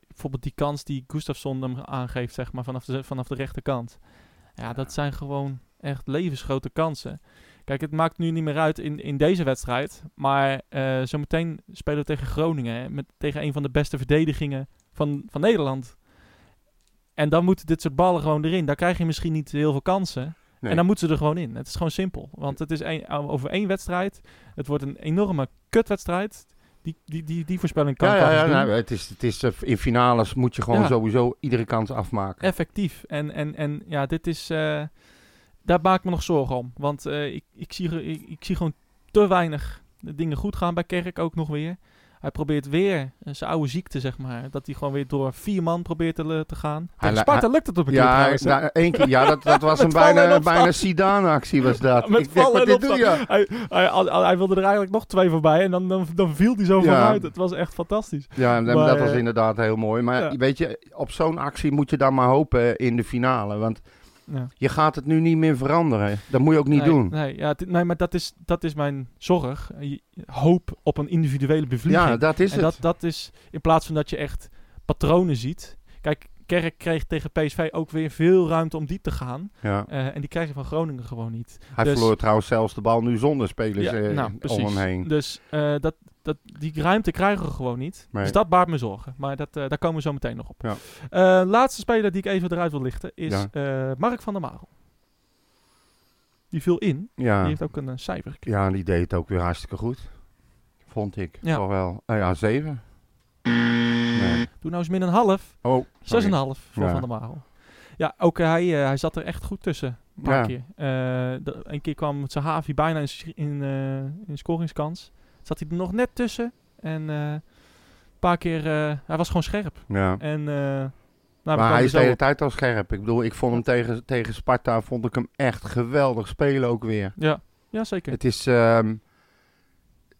bijvoorbeeld die kans die Gustafsson hem aangeeft, zeg maar, vanaf de, vanaf de rechterkant. Ja, dat zijn gewoon echt levensgrote kansen. Kijk, het maakt nu niet meer uit in, in deze wedstrijd. Maar eh, zometeen spelen we tegen Groningen. hè, met, tegen een van de beste verdedigingen van, van Nederland. En dan moeten dit soort ballen gewoon erin. Daar krijg je misschien niet heel veel kansen. Nee. En dan moeten ze er gewoon in. Het eh, is gewoon simpel. Want het is één- over één wedstrijd. Het wordt een enorme kutwedstrijd. Die, die, die, die voorspelling kan Ja, ik ja, ja altijd doen. nou, het is, het is, eh, in finales moet je gewoon Ja. sowieso iedere kans afmaken. effectief. En, en, en ja, dit is. eh, daar maak ik me nog zorgen om. Want eh, ik, ik, zie, ge- ik, ik zie gewoon te weinig de dingen goed gaan bij Kerk ook nog weer. Hij probeert weer eh, zijn oude ziekte, zeg maar. Dat hij gewoon weer door vier man probeert te, le- te gaan. Tegen la- Sparta lukt het op een keer ja, trouwens, hè? nou, één keer, ja, dat, dat was een [laughs] Met vallen en bijna, opstaan. bijna Sidaan-actie was dat. [laughs] Met ik denk, vallen wat en dit doe opstaan. je? Hij, hij, hij- hij wilde er eigenlijk nog twee voorbij en dan, dan, dan viel hij zo Ja. vooruit. Het was echt fantastisch. Ja, en Maar, dat was eh, inderdaad heel mooi. Maar ja. weet je, op zo'n actie moet je dan maar hopen in de finale. Want Ja. je gaat het nu niet meer veranderen. Dat moet je ook niet nee, doen. Nee, ja, dit- nee maar dat is, dat is mijn zorg. Je- Hoop op een individuele bevlieging. Ja, dat is en het. dat, dat is in plaats van dat je echt patronen ziet. Kijk, Kerk kreeg tegen PSV ook weer veel ruimte om diep te gaan. ja. Eh, en die krijg je van Groningen gewoon niet. Hij dus- nou, verloor trouwens zelfs de bal nu zonder spelers eh, om hem heen. Dus eh, dat, dat, die ruimte krijgen we gewoon niet. Nee. Dus dat baart me zorgen. Maar dat, eh, daar komen we zo meteen nog op. Ja. Eh, laatste speler die ik even eruit wil lichten is Ja. eh, Mark van der Marel. Die viel in. Die Ja. heeft ook een eh, cijfer gekregen. ja, en die deed het ook weer hartstikke goed. Vond ik. Ja. Toch wel. Ah ja, zeven. Nee. Doe nou eens min een half. Oh, Zes en sorry. een half voor Ja. Van der Marel. Ja, ook eh, hij, eh, hij zat er echt goed tussen. Een paar Ja. keer. Eh, de- een keer kwam Sahavi bijna in, sch- in, eh, in scoringskans. Zat hij er nog net tussen. En eh, een paar keer... eh, hij was gewoon scherp. Ja. En, eh, nou, we maar komen hij er is zo de hele op. tijd al scherp. Ik bedoel, ik vond hem tegen, tegen Sparta vond ik hem echt geweldig spelen ook weer. Ja, ja zeker. Het is... ehm,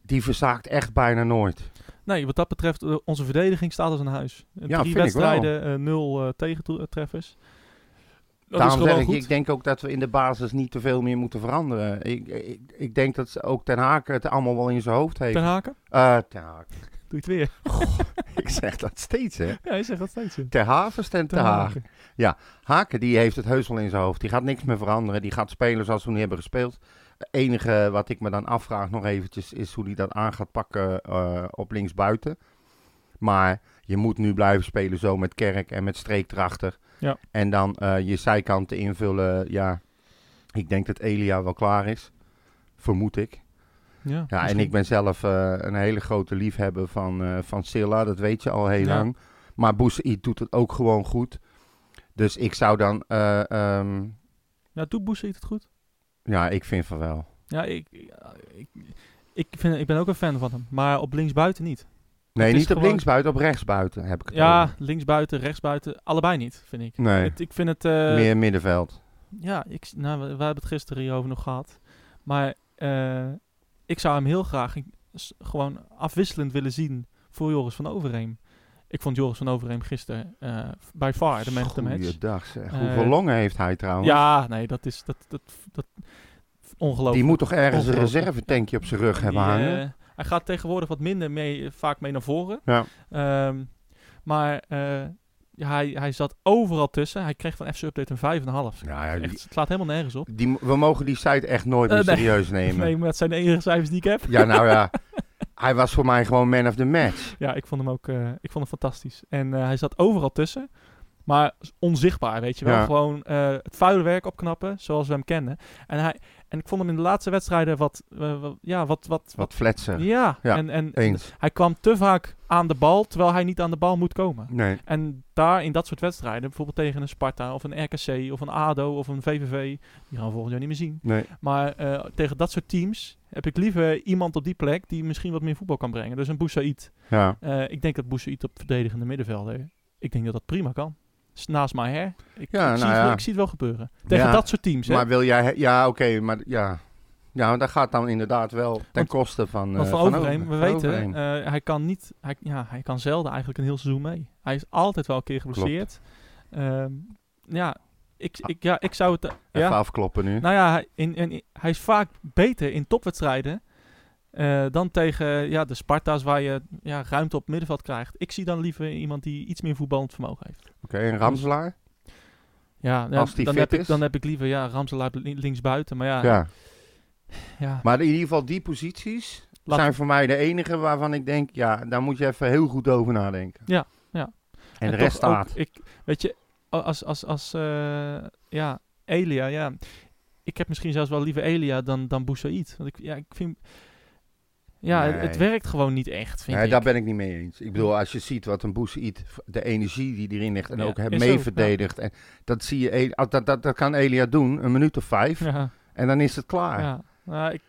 die verzaakt echt bijna nooit. Nee, wat dat betreft, eh, onze verdediging staat als een huis. Eh, Ja, Drie vind ik wel. wedstrijden, eh, nul eh tegentreffers. Dat is Daarom gewoon zeg ik, goed. ik denk ook dat we in de basis niet te veel meer moeten veranderen. Ik, ik, ik denk dat ze ook Ten Haak het allemaal wel in zijn hoofd heeft. Ten Haken, Eh, ten Haak. doe je het weer. [laughs] [laughs] ik zeg dat steeds, hè. Ja, hij zegt dat steeds. ja. Ter Havens en Ter Ten Haag. Haken. Haken, die heeft het heus wel in zijn hoofd. Die gaat niks meer veranderen. Die gaat spelen zoals we nu hebben gespeeld. Het enige wat ik me dan afvraag nog eventjes, is hoe die dat aan gaat pakken eh, op linksbuiten. Maar je moet nu blijven spelen zo met Kerk en met Streek erachter. Ja. En dan eh, je zijkanten invullen. Ja, ik denk dat Elia wel klaar is. Vermoed ik. Ja, Ja, en misschien. ik ben zelf eh, een hele grote liefhebber van, eh, van Silla. Dat weet je al heel Ja. lang. Maar Boussaïd doet het ook gewoon goed. Dus ik zou dan... eh, ehm, Ja, doet Boes het goed? ja, ik vind van wel. Ja, ik, ja, ik, ik, vind, ik ben ook een fan van hem. Maar op linksbuiten niet. Nee, is niet op gewoon- linksbuiten, op rechtsbuiten heb ik het over. Ja, linksbuiten, rechtsbuiten. Allebei niet, vind ik. Nee, Het, ik vind het... eh, meer middenveld. Ja, ik, s- nou, we, we hebben het gisteren hierover nog gehad. Maar eh, ik zou hem heel graag in- s- gewoon afwisselend willen zien voor Joris van Overheem. Ik vond Joris van Overheem gisteren eh by far de man of the match. Goeiedag zeg. Eh, Hoeveel longen heeft hij trouwens? Ja, nee, dat is dat, dat, dat, ongelooflijk. Die moet toch ergens een Ongelooflijk. reservetankje op zijn rug hebben Die, hangen? eh, hij gaat tegenwoordig wat minder mee, eh, vaak mee naar voren. Ja. Ehm, maar eh, ja, hij, hij zat overal tussen. Hij kreeg van FC Update een 5,5. Nou ja, Echt, die, het slaat helemaal nergens op. die- we mogen die site echt nooit Eh, meer nee. [laughs] serieus nemen. Nee, maar dat zijn de enige cijfers die ik heb. Ja, nou ja. hij was voor mij gewoon man of the match. Ja, ik vond hem ook eh, ik vond hem fantastisch. En eh, hij zat overal tussen. Maar onzichtbaar, weet je wel. Ja. Gewoon eh, het vuile werk opknappen, zoals we hem kennen. En, hij, en ik vond hem in de laatste wedstrijden wat... eh, wat- ja, wat... wat, Wat fletser. ja. Ja, en, en Eens. hij kwam te vaak aan de bal, terwijl hij niet aan de bal moet komen. Nee. En daar, in dat soort wedstrijden, bijvoorbeeld tegen een Sparta of een RKC of een ADO of een VVV... Die gaan we volgend jaar niet meer zien. Nee. Maar eh, tegen dat soort teams heb ik liever iemand op die plek die misschien wat meer voetbal kan brengen. Dus een Boussaïd. Ja. Eh, ik denk dat Boussaïd op verdedigende middenvelder. Ik denk dat dat prima kan. S- Naast Maher. Ik, Ja, ik, zie nou het, wel- ja. ik zie het wel gebeuren. Tegen Ja, dat soort teams. Hè? Maar wil jij... he- Ja, oké, maar ja. Ja, want dat gaat dan inderdaad wel ten Want- koste van... Want eh, van Overheem, Over- we van weten, Overheem. eh, hij kan niet. Hij, ja, hij kan zelden eigenlijk een heel seizoen mee. Hij is altijd wel een keer geblesseerd. Ehm, ja, ik, Ah, ik, ja, ik zou het. eh, Even ja. afkloppen nu. Nou ja, hij- in, in, hij is vaak beter in topwedstrijden eh, dan tegen ja, de Sparta's waar je ja, ruimte op middenveld krijgt. Ik zie dan liever iemand die iets meer voetballend vermogen heeft. Oké, en Ramselaar? Ja, ja, Als die dan, fit heb ik, is. dan heb ik liever ja, Ramselaar li- linksbuiten. Maar ja, Ja. ja. Maar in ieder geval die posities Laat- zijn voor mij de enige waarvan ik denk... Ja, daar moet je even heel goed over nadenken. Ja, ja. En de toch rest staat. ook, ik, weet je, a- als, als, als eh, ja, Elia, ja. Ik heb misschien zelfs wel liever Elia dan, dan Boussaïd. Want ik, ja, ik vind... Ja, Nee. het, het werkt gewoon niet echt, vind Nee, ik. daar ben ik niet mee eens. Ik bedoel, als je ziet wat een Boes eet, de energie die erin ligt en Ja, ook is hem zo, mee ja. verdedigt. En dat, zie je, eh, ah, dat, dat, dat kan Elia doen, een minuut of vijf. [laughs] Ja, En dan is het klaar. ja. Nou, ik,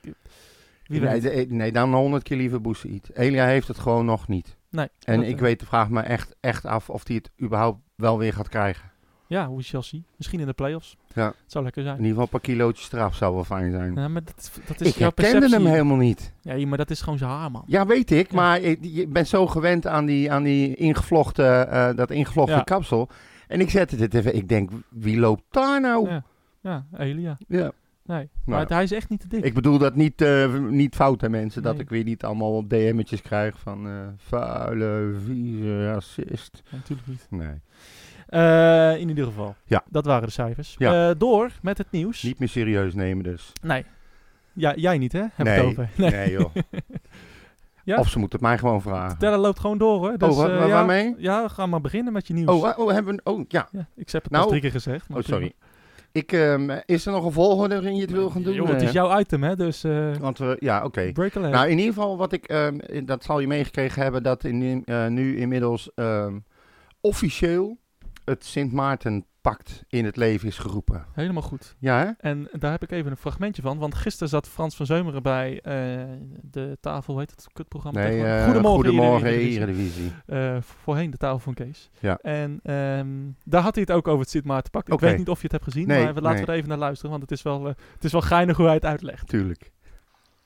wie Ah. nee, weet. de- nee, dan 100 keer liever Boes eet. Elia heeft het gewoon nog niet. Nee, En dat, ik eh, weet, vraag me echt, echt af of hij het überhaupt wel weer gaat krijgen. Ja, hoe shall see. Misschien in de play-offs. Ja. Het zou lekker In zijn. ieder geval een paar kilootjes straf zou wel fijn zijn. Ja, maar dat, dat is ik jouw herkende perceptie. hem helemaal niet. Ja, maar dat is gewoon zijn haar, man. Ja, weet ik. Ja. Maar ik, je bent zo gewend aan, die, aan die ingevlochten, eh, dat ingevlochten Ja. kapsel. En ik zette dit even. Ik denk, wie loopt daar nou? Ja. Ja, Elia. Ja. Nee. maar het- hij is echt niet te dik. Nou Ik bedoel dat niet, eh, niet fout, hè mensen. Dat Nee. ik weer niet allemaal DM'tjes krijg van eh, vuile, vieze racist. Ja, natuurlijk niet. Nee. Eh, in ieder geval. Ja. Dat waren de cijfers. Ja. Eh, door met het nieuws. Niet meer serieus nemen dus. Nee. Ja, jij niet, hè? Heb Nee. het over. Nee, joh. [laughs] Ja? Of ze moeten het mij gewoon vragen. Tellen loopt gewoon door, hoor. Dus, oh, wa- eh, wa- ja, waarmee? Ja, ga maar beginnen met je nieuws. Oh, wa- oh, hebben we... Oh, ja. ja, ik heb het Nou. al drie keer gezegd. maar Oh, sorry. prima. Ik, ehm, is er nog een volgorde waarin je het wil gaan doen? Joh, het Eh, is jouw item, hè? Dus eh Want we... Ja, oké. break a leg. Nou, in ieder geval wat ik, ehm, dat zal je meegekregen hebben, dat in, eh, nu inmiddels ehm, officieel het Sint Maarten Pact in het leven is geroepen. Helemaal goed. Ja, hè? En daar heb ik even een fragmentje van. Want gisteren zat Frans van Zeumeren bij eh, de tafel, hoe heet het kutprogramma? Nee, tegenwoordig? eh, Goedemorgen, goedemorgen Eredivisie. Eredivisie. Eh, voorheen de tafel van Kees. Ja. En ehm, daar had hij het ook over het Sint Maarten Pact. Ik Oké. weet niet of je het hebt gezien, Nee, maar we- laten nee. we er even naar luisteren. Want het is wel, eh, het is wel geinig hoe hij het uitlegt. Tuurlijk.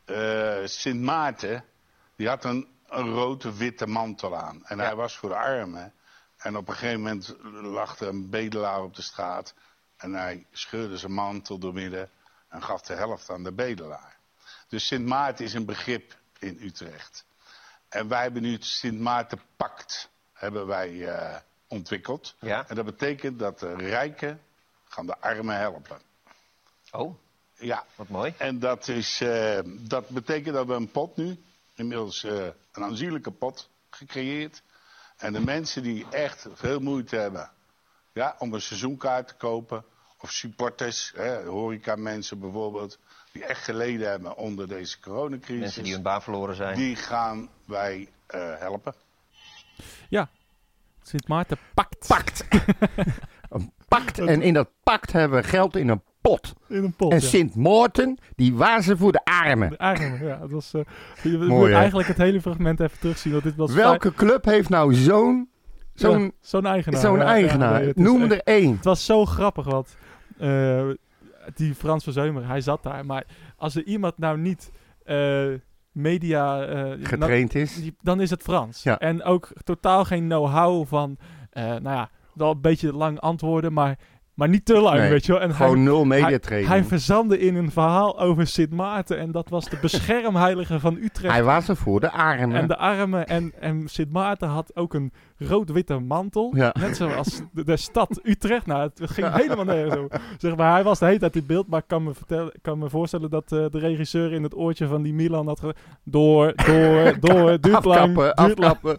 eh, Sint Maarten, die had een, een rode witte mantel aan. En hij was voor de armen. En op een gegeven moment lag er een bedelaar op de straat. En hij scheurde zijn mantel doormidden en gaf de helft aan de bedelaar. Dus Sint Maarten is een begrip in Utrecht. En wij hebben nu het Sint Maarten Pact hebben wij, eh, ontwikkeld. Ja. En dat betekent dat de rijken gaan de armen helpen. Oh, Ja, wat mooi. en dat, is, eh, dat betekent dat we een pot nu, inmiddels eh, een aanzienlijke pot, gecreëerd. En de mensen die echt veel moeite hebben ja, om een seizoenkaart te kopen, of supporters, hè, horecamensen bijvoorbeeld, die echt geleden hebben onder deze coronacrisis, Mensen die hun baan verloren zijn. die gaan wij eh, helpen. Sint Maarten Pact. Pact! [laughs] een pact. En in dat pact hebben we geld in een pot. In een pot. en ja. Sint Maarten, die wazen voor de armen. Eigenlijk, ja, dat was, eh, je moet Mooi, hè? eigenlijk het hele fragment even terugzien. Want dit was Welke club heeft nou zo'n vij- zo'n ja, zo'n eigenaar. zo'n Ja, ja, eigenaar? nee, het is Noem echt- er één. Het was zo grappig, want eh, die Frans van Zeumer, hij zat daar. Maar als er iemand nou niet eh, media... eh, nou- Getraind is. die- dan is het Frans. Ja. En ook totaal geen know-how van, eh, nou ja, wel een beetje lang antwoorden, maar, maar niet te lang, Nee, weet je wel. En Gewoon nul hij, mediatraining. hij verzandde in een verhaal over Sint Maarten en dat was [laughs] de beschermheilige van Utrecht. Hij was er voor de armen. en de armen en, en Sint Maarten had ook een rood-witte mantel. Ja. Net zoals de, de stad Utrecht. Nou, het ging helemaal nergens over. Zeg maar, hij was de hele tijd in beeld. Maar ik kan me, vertellen, ik kan me voorstellen dat eh, de regisseur in het oortje van die Milan had ge... Door, [laughs] door, door. Duurt lang, afkappen, duurt lang. afkappen.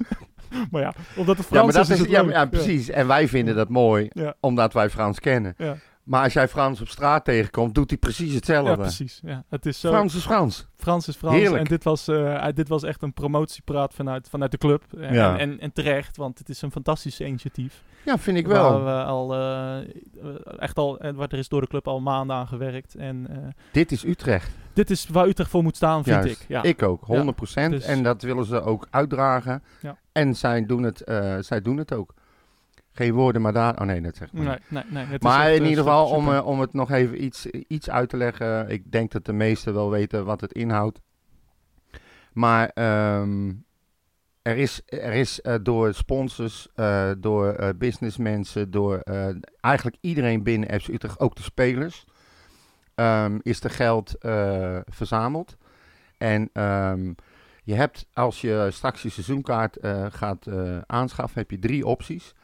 Maar ja, omdat het Ja, Frans maar dat is, het ja, leuk. ja, precies. En wij vinden dat mooi, Ja. omdat wij Frans kennen. Ja. Maar als jij Frans op straat tegenkomt, doet hij precies hetzelfde. Ja, precies. Ja, het is zo. Frans is Frans. Frans is Frans. Heerlijk. En dit was, eh, ah, dit was echt een promotiepraat vanuit, vanuit de club. En, Ja. en, en terecht, want het is een fantastisch initiatief. Ja, vind ik wel. Waar we al, eh, echt al, en waar er is door de club al maanden aan gewerkt. En eh, Dit is Utrecht. dit is waar Utrecht voor moet staan, vind Juist. ik. Ja. Ik ook, 100%. dus- En dat willen ze ook uitdragen. Ja. En zij doen, het, eh, zij doen het ook. Geen woorden, maar daar... Oh nee, dat zeg ik maar niet. Nee, nee, nee, [laughs] het is Maar echt, in eh, ieder geval, super, om, super. eh, om het nog even iets, iets uit te leggen. Ik denk dat de meesten wel weten wat het inhoudt. Maar ehm, er is, er is eh, door sponsors, eh, door eh, businessmensen, door eh, eigenlijk iedereen binnen FC Utrecht, ook de spelers, ehm, is er geld eh, verzameld. En ehm, je hebt, als je straks je seizoenkaart eh, gaat eh, aanschaffen, heb je drie opties.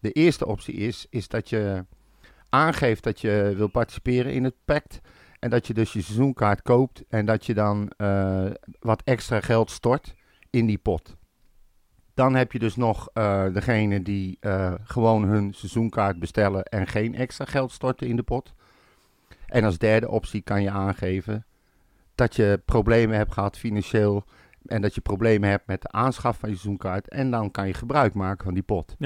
De eerste optie is, is dat je aangeeft dat je wil participeren in het pact. En dat je dus je seizoenkaart koopt en dat je dan eh, wat extra geld stort in die pot. Dan heb je dus nog eh, degene die eh, gewoon hun seizoenkaart bestellen en geen extra geld storten in de pot. En als derde optie kan je aangeven dat je problemen hebt gehad financieel En dat je problemen hebt met de aanschaf van je seizoenkaart. En dan kan je gebruik maken van die pot.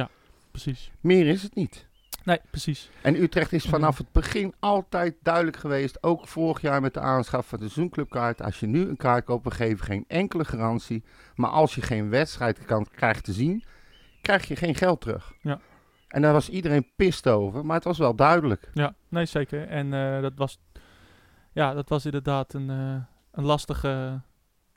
Precies. Meer is het niet. Nee, precies. En Utrecht is vanaf het begin altijd duidelijk geweest, ook vorig jaar met de aanschaf van de seizoenclubkaart. Als je nu een kaart koopt, we geven geen enkele garantie. Maar als je geen wedstrijd kan, krijgt te zien, krijg je geen geld terug. Ja. En daar was iedereen pist over, maar het was wel duidelijk. Ja, nee, zeker. En eh, dat, was, ja, dat was inderdaad een, eh, een lastige,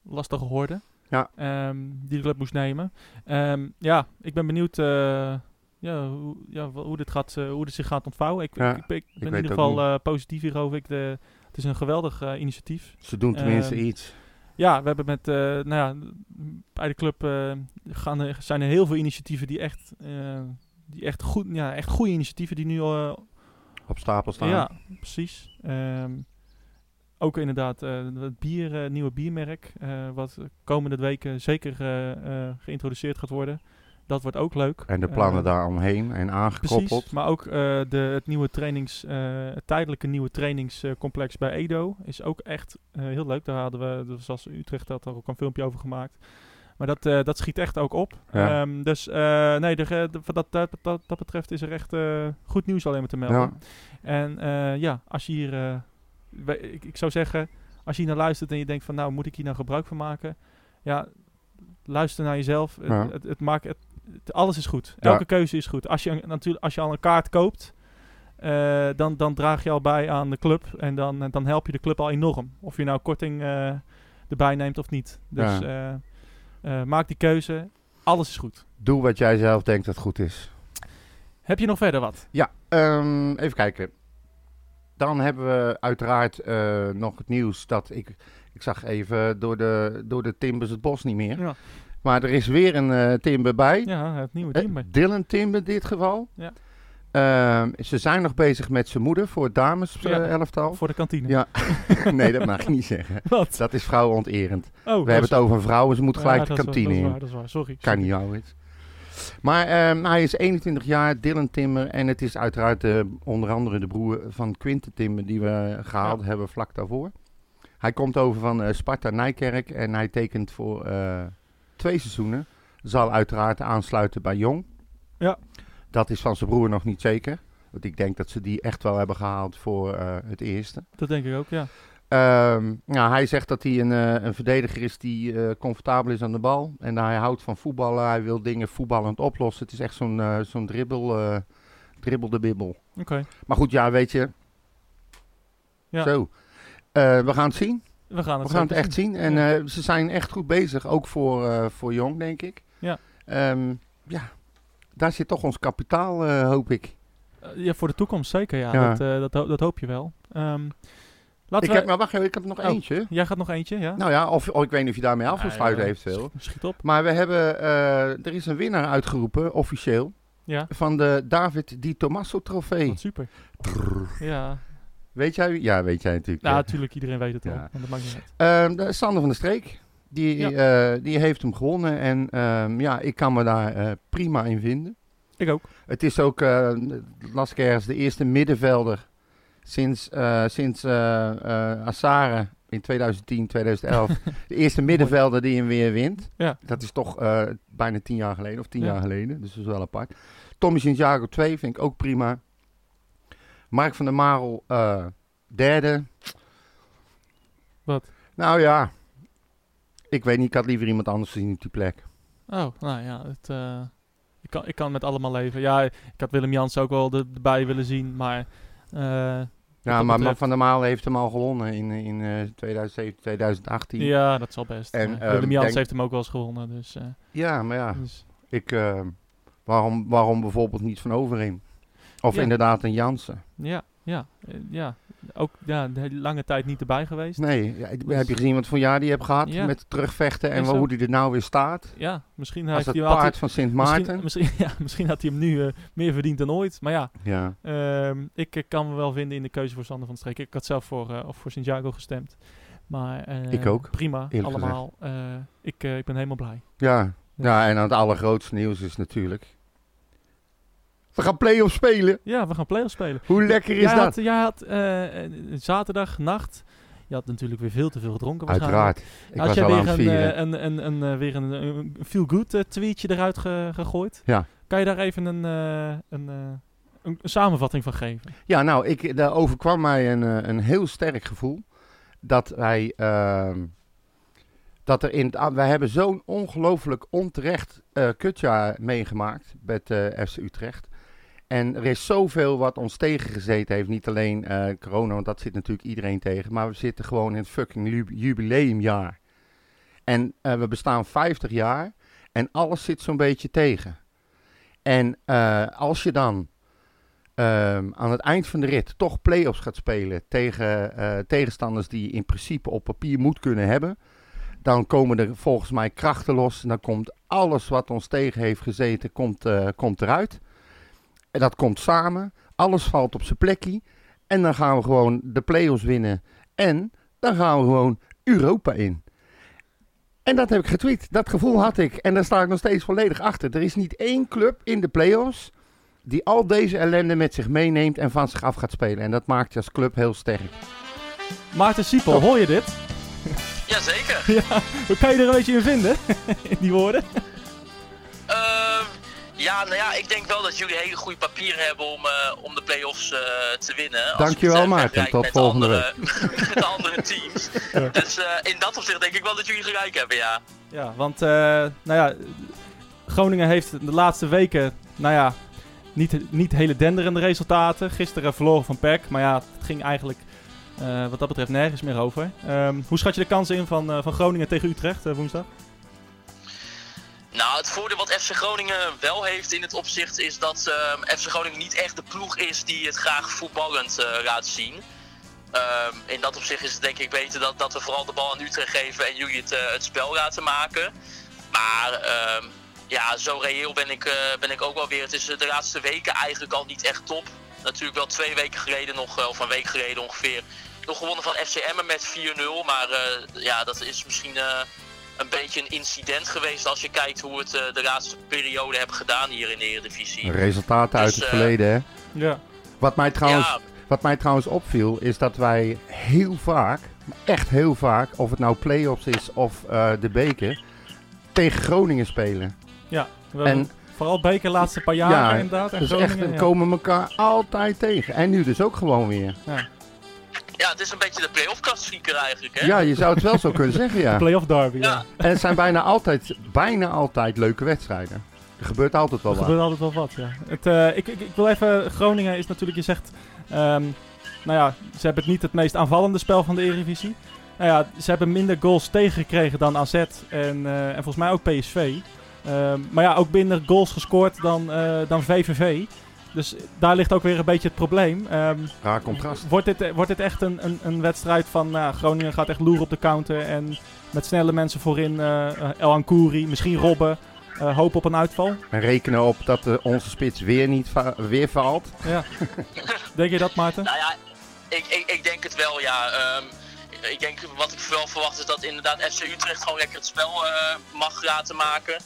lastige horde Ja. ehm, die de club moest nemen. Ehm, ja, ik ben benieuwd eh, ja, hoe, ja, wa- hoe, dit gaat, eh, hoe dit zich gaat ontvouwen. Ik, Ja, ik, ik, ben in weet ieder ook geval eh, positief hierover. Ik, de, het is een geweldig eh, initiatief. Ze doen tenminste Ehm, iets. Ja, we hebben met, eh, nou ja, bij de club eh, gaan, er- zijn er heel veel initiatieven die echt, eh, die echt, goed, ja, echt goede initiatieven die nu eh, Op stapel staan. ja, precies. Ehm, ook inderdaad eh, het bier, eh, nieuwe biermerk, eh, wat komende weken zeker eh, eh, geïntroduceerd gaat worden. Dat wordt ook leuk. En de plannen Eh, daaromheen en aangekoppeld. Precies, maar ook eh, de, het nieuwe trainings, eh, het tijdelijke nieuwe trainingscomplex bij Edo is ook echt eh, heel leuk. Daar hadden we, dus zoals Utrecht had daar ook een filmpje over gemaakt. Maar dat, eh, dat schiet echt ook op. Ja. Ehm, dus eh, nee, de, ge- de- wat dat, dat, dat, dat betreft is er echt eh, goed nieuws alleen maar te melden. Ja. En eh, ja, als je hier, eh, we- ik, ik zou zeggen, als je hier naar luistert en je denkt van nou moet ik hier nou gebruik van maken. Ja, luister naar jezelf. Het- Ja. Het, het, maakt, het, het- alles is goed. Ja. Elke keuze is goed. Als je, een- natuurlijk, als je al een kaart koopt, eh, dan, dan draag je al bij aan de club. En dan, eh, dan help je de club al enorm. Of je nou korting eh, erbij neemt of niet. Dus eh, eh, maak die keuze. Alles is goed. Doe wat jij zelf denkt dat goed is. Heb je nog verder wat? Ja, ehm, even kijken. Dan hebben we uiteraard eh, nog het nieuws dat ik... Ik zag even door de, door de timbers het bos niet meer. Ja. Maar er is weer een eh, timber bij. Ja, het nieuwe Eh, team. bij. Dylan Timber in dit geval. Ja. Ehm, ze zijn nog bezig met zijn moeder voor het dames eh, Ja. elftal. Voor de kantine. Ja. nee, dat mag je niet zeggen. [laughs] Wat? Dat is vrouwenonterend. Oh, We hebben het over vrouwen, ze moet gelijk de kantine in. dat is waar. Sorry. Kan niet ouwens. Maar ehm, hij is 21 jaar, Dylan Timmer. En het is uiteraard eh, onder andere de broer van Quinten Timmer die we gehaald hebben vlak daarvoor. Hij komt over van eh, Sparta Nijkerk en hij tekent voor eh, twee seizoenen. Zal uiteraard aansluiten bij Jong. Ja. Dat is van zijn broer nog niet zeker. Want ik denk dat ze die echt wel hebben gehaald voor eh, het eerste. Dat denk ik ook, ja. Ehm, nou, hij zegt dat hij een, eh, een verdediger is die eh, comfortabel is aan de bal. En hij houdt van voetballen. Hij wil dingen voetballend oplossen. Het is echt zo'n eh, zo'n dribbel, eh, dribbel de bibbel. Oké. Maar goed, ja, weet je. Ja. Zo. Eh, we gaan het zien. We gaan het, We gaan het zeker echt zien. En eh, ze zijn echt goed bezig. Ook voor, eh, voor Jong, denk ik. Ja. Ehm, ja. Daar zit toch ons kapitaal, eh, hoop ik. Eh, ja, voor de toekomst zeker, ja. Ja. Dat, eh, dat, ho- dat hoop je wel. Ehm, Ik laten we... heb, maar wacht even, ik heb er nog Oh. eentje. Jij gaat nog eentje, ja? Nou ja, of, of ik weet niet of je daarmee af wil Ah, sluiten ja. eventueel. Sch- Schiet op. Maar we hebben, eh, er is een winnaar uitgeroepen, officieel, Ja, van de David Di Tommaso trofee. wat super. Ja, Weet jij? Ja, weet jij natuurlijk. nou, hè. natuurlijk, iedereen weet het al. Ja. want Dat maakt niet uit. Ehm, de Sander van der Streek, die, eh, die heeft hem gewonnen en ehm, ja, ik kan me daar eh, prima in vinden. Ik ook. Het is ook, eh las ik ergens, de eerste middenvelder sinds, eh sinds eh, eh, Assare in 2010, [laughs] 2011. de eerste middenvelder die hem weer wint. Ja. Dat is toch eh, bijna tien jaar geleden, of tien Ja. jaar geleden. Dus dat is wel apart. Tommy Santiago 2 vind ik ook prima. Mark van der Marel eh, derde. Wat? Nou ja, ik weet niet, ik had liever iemand anders gezien op die plek. Oh, nou ja, het, eh, ik, kan, ik kan met allemaal leven. Ja, ik had Willem Jans ook wel er- erbij willen zien, maar... eh, Ja, dat maar betreft- Van der Maal heeft hem al gewonnen in, in eh 2017, 2018. ja, dat zal best. En, Maar ehm, Willem Jans denk- Ah. heeft hem ook wel eens gewonnen, dus... eh, Ja, maar ja, dus ik, eh, waarom, waarom bijvoorbeeld niet van Overeem? Of Ja. inderdaad een Jansen. ja, ja, eh, ja. Ook ja, de hele lange tijd niet erbij geweest. Nee, ja, heb je gezien wat voor jaar die heb gehad Ja. met terugvechten en Is wa- zo. hoe die er nou weer staat? Ja, misschien Als heeft het hij wel... had hij- paard van Sint Misschien, Maarten. misschien, [laughs] ja, misschien had hij hem nu eh, meer verdiend dan ooit. Maar ja, Ja. ehm, ik eh, kan me wel vinden in de keuze voor Sander van der Streek. Ik had zelf voor, eh, of voor Santiago gestemd. Maar eh, Ik ook, prima, eerlijk allemaal. Eh, ik, eh, ik ben helemaal blij. Ja. ja, en aan het allergrootste nieuws is natuurlijk... We gaan play-off spelen. Ja, we gaan play-offs spelen. Hoe lekker is jij dat? Had, jij had eh, eh, zaterdag, nacht, Je had natuurlijk weer veel te veel gedronken waarschijnlijk. Uiteraard. Ik Had was jij al aan weer het een, vieren. eh, een, een, een, eh, weer een, een feel-good eh, tweetje eruit ge- gegooid? Ja. Kan je daar even een, eh, een, eh, een, een samenvatting van geven? Ja, nou, ik, daar overkwam mij een, eh, een heel sterk gevoel. Dat wij. ehm, dat er in het, a- wij hebben zo'n ongelooflijk onterecht eh kutjaar meegemaakt met eh, FC Utrecht. En er is zoveel wat ons tegengezeten heeft. Niet alleen eh, corona, want dat zit natuurlijk iedereen tegen. Maar we zitten gewoon in het fucking lu- jubileumjaar. En eh, we bestaan 50 jaar. En alles zit zo'n beetje tegen. En eh, als je dan ehm, aan het eind van de rit toch play-offs gaat spelen tegen eh, tegenstanders die je in principe op papier moet kunnen hebben. Dan komen er volgens mij krachten los. En dan komt alles wat ons tegen heeft gezeten, komt, eh, komt eruit. En dat komt samen. Alles valt op zijn plekje. En dan gaan we gewoon de play-offs winnen. En dan gaan we gewoon Europa in. En dat heb ik getweet. Dat gevoel had ik. En daar sta ik nog steeds volledig achter. Er is niet één club in de play-offs die al deze ellende met zich meeneemt en van zich af gaat spelen. En dat maakt je als club heel sterk. Maarten Siepel, hoor je dit? Jazeker. Hoe kan je er een beetje in vinden? [laughs] in die woorden? Ehm, ja, nou ja, ik denk wel dat jullie hele goede papieren hebben om, eh, om de play-offs eh, te winnen. Als je het, Dankjewel, eh, Maarten. vergelijkt Tot met volgende andere, [laughs] week. met de andere teams. Dus eh, in dat opzicht denk ik wel dat jullie gelijk hebben, ja. Ja, want eh, nou ja, Groningen heeft de laatste weken, nou ja, niet, niet hele denderende resultaten. Gisteren verloren van PEC, maar ja, het ging eigenlijk eh, wat dat betreft nergens meer over. Ehm, hoe schat je de kansen in van, eh, van Groningen tegen Utrecht eh, woensdag? Nou, het voordeel wat FC Groningen wel heeft in het opzicht is dat ehm, FC Groningen niet echt de ploeg is die het graag voetballend eh, laat zien. Ehm, in dat opzicht is het denk ik beter dat, dat we vooral de bal aan Utrecht geven en jullie het, eh, het spel laten maken. Maar ehm, ja, zo reëel ben ik, eh, ben ik ook wel weer. Het is eh, de laatste weken eigenlijk al niet echt top. Natuurlijk wel twee weken geleden nog, eh, of een week geleden ongeveer, nog gewonnen van FC Emmen met 4-0. Maar eh, ja, dat is misschien... eh, een beetje een incident geweest als je kijkt hoe we het eh, de laatste periode hebben gedaan hier in de Eredivisie. Resultaten uit Dus, het eh, verleden, hè? Ja. Wat mij, trouwens, Ja. wat mij trouwens opviel, is dat wij heel vaak, echt heel vaak, of het nou play-offs is of eh, de beker, tegen Groningen spelen. Ja, we En- hebben vooral Beker de laatste paar jaren Ja, inderdaad. En Dus echt, Groningen, we ja. komen elkaar altijd tegen. En nu dus ook gewoon weer. Ja, het is een beetje de play-off kastschiker eigenlijk, hè? Ja, je zou het wel zo kunnen zeggen, ja. [laughs] Playoff derby, ja. Ja. En het zijn bijna altijd, bijna altijd leuke wedstrijden. Er gebeurt altijd wel Er wat. gebeurt altijd wel wat, ja. Het, eh, ik, ik, ik wil even... Groningen is natuurlijk, je zegt... ehm, nou ja, ze hebben het niet het meest aanvallende spel van de Eredivisie. Nou ja, ze hebben minder goals tegengekregen dan AZ en, eh, en volgens mij ook PSV. Ehm, maar ja, ook minder goals gescoord dan, eh, dan VVV. Dus daar ligt ook weer een beetje het probleem. Ehm, Raar contrast. Wordt dit, wordt dit echt een, een, een wedstrijd van nou, Groningen gaat echt loeren op de counter en met snelle mensen voorin eh eh, El Ankouri, misschien Robben, eh, hoop op een uitval? En rekenen op dat eh, onze spits weer niet va- weer valt. Ja. Denk je dat, Maarten? Nou ja, ik, ik, ik denk het wel, ja. Ehm, ik denk wat ik vooral verwacht is dat inderdaad FC Utrecht gewoon lekker het spel eh, mag laten maken.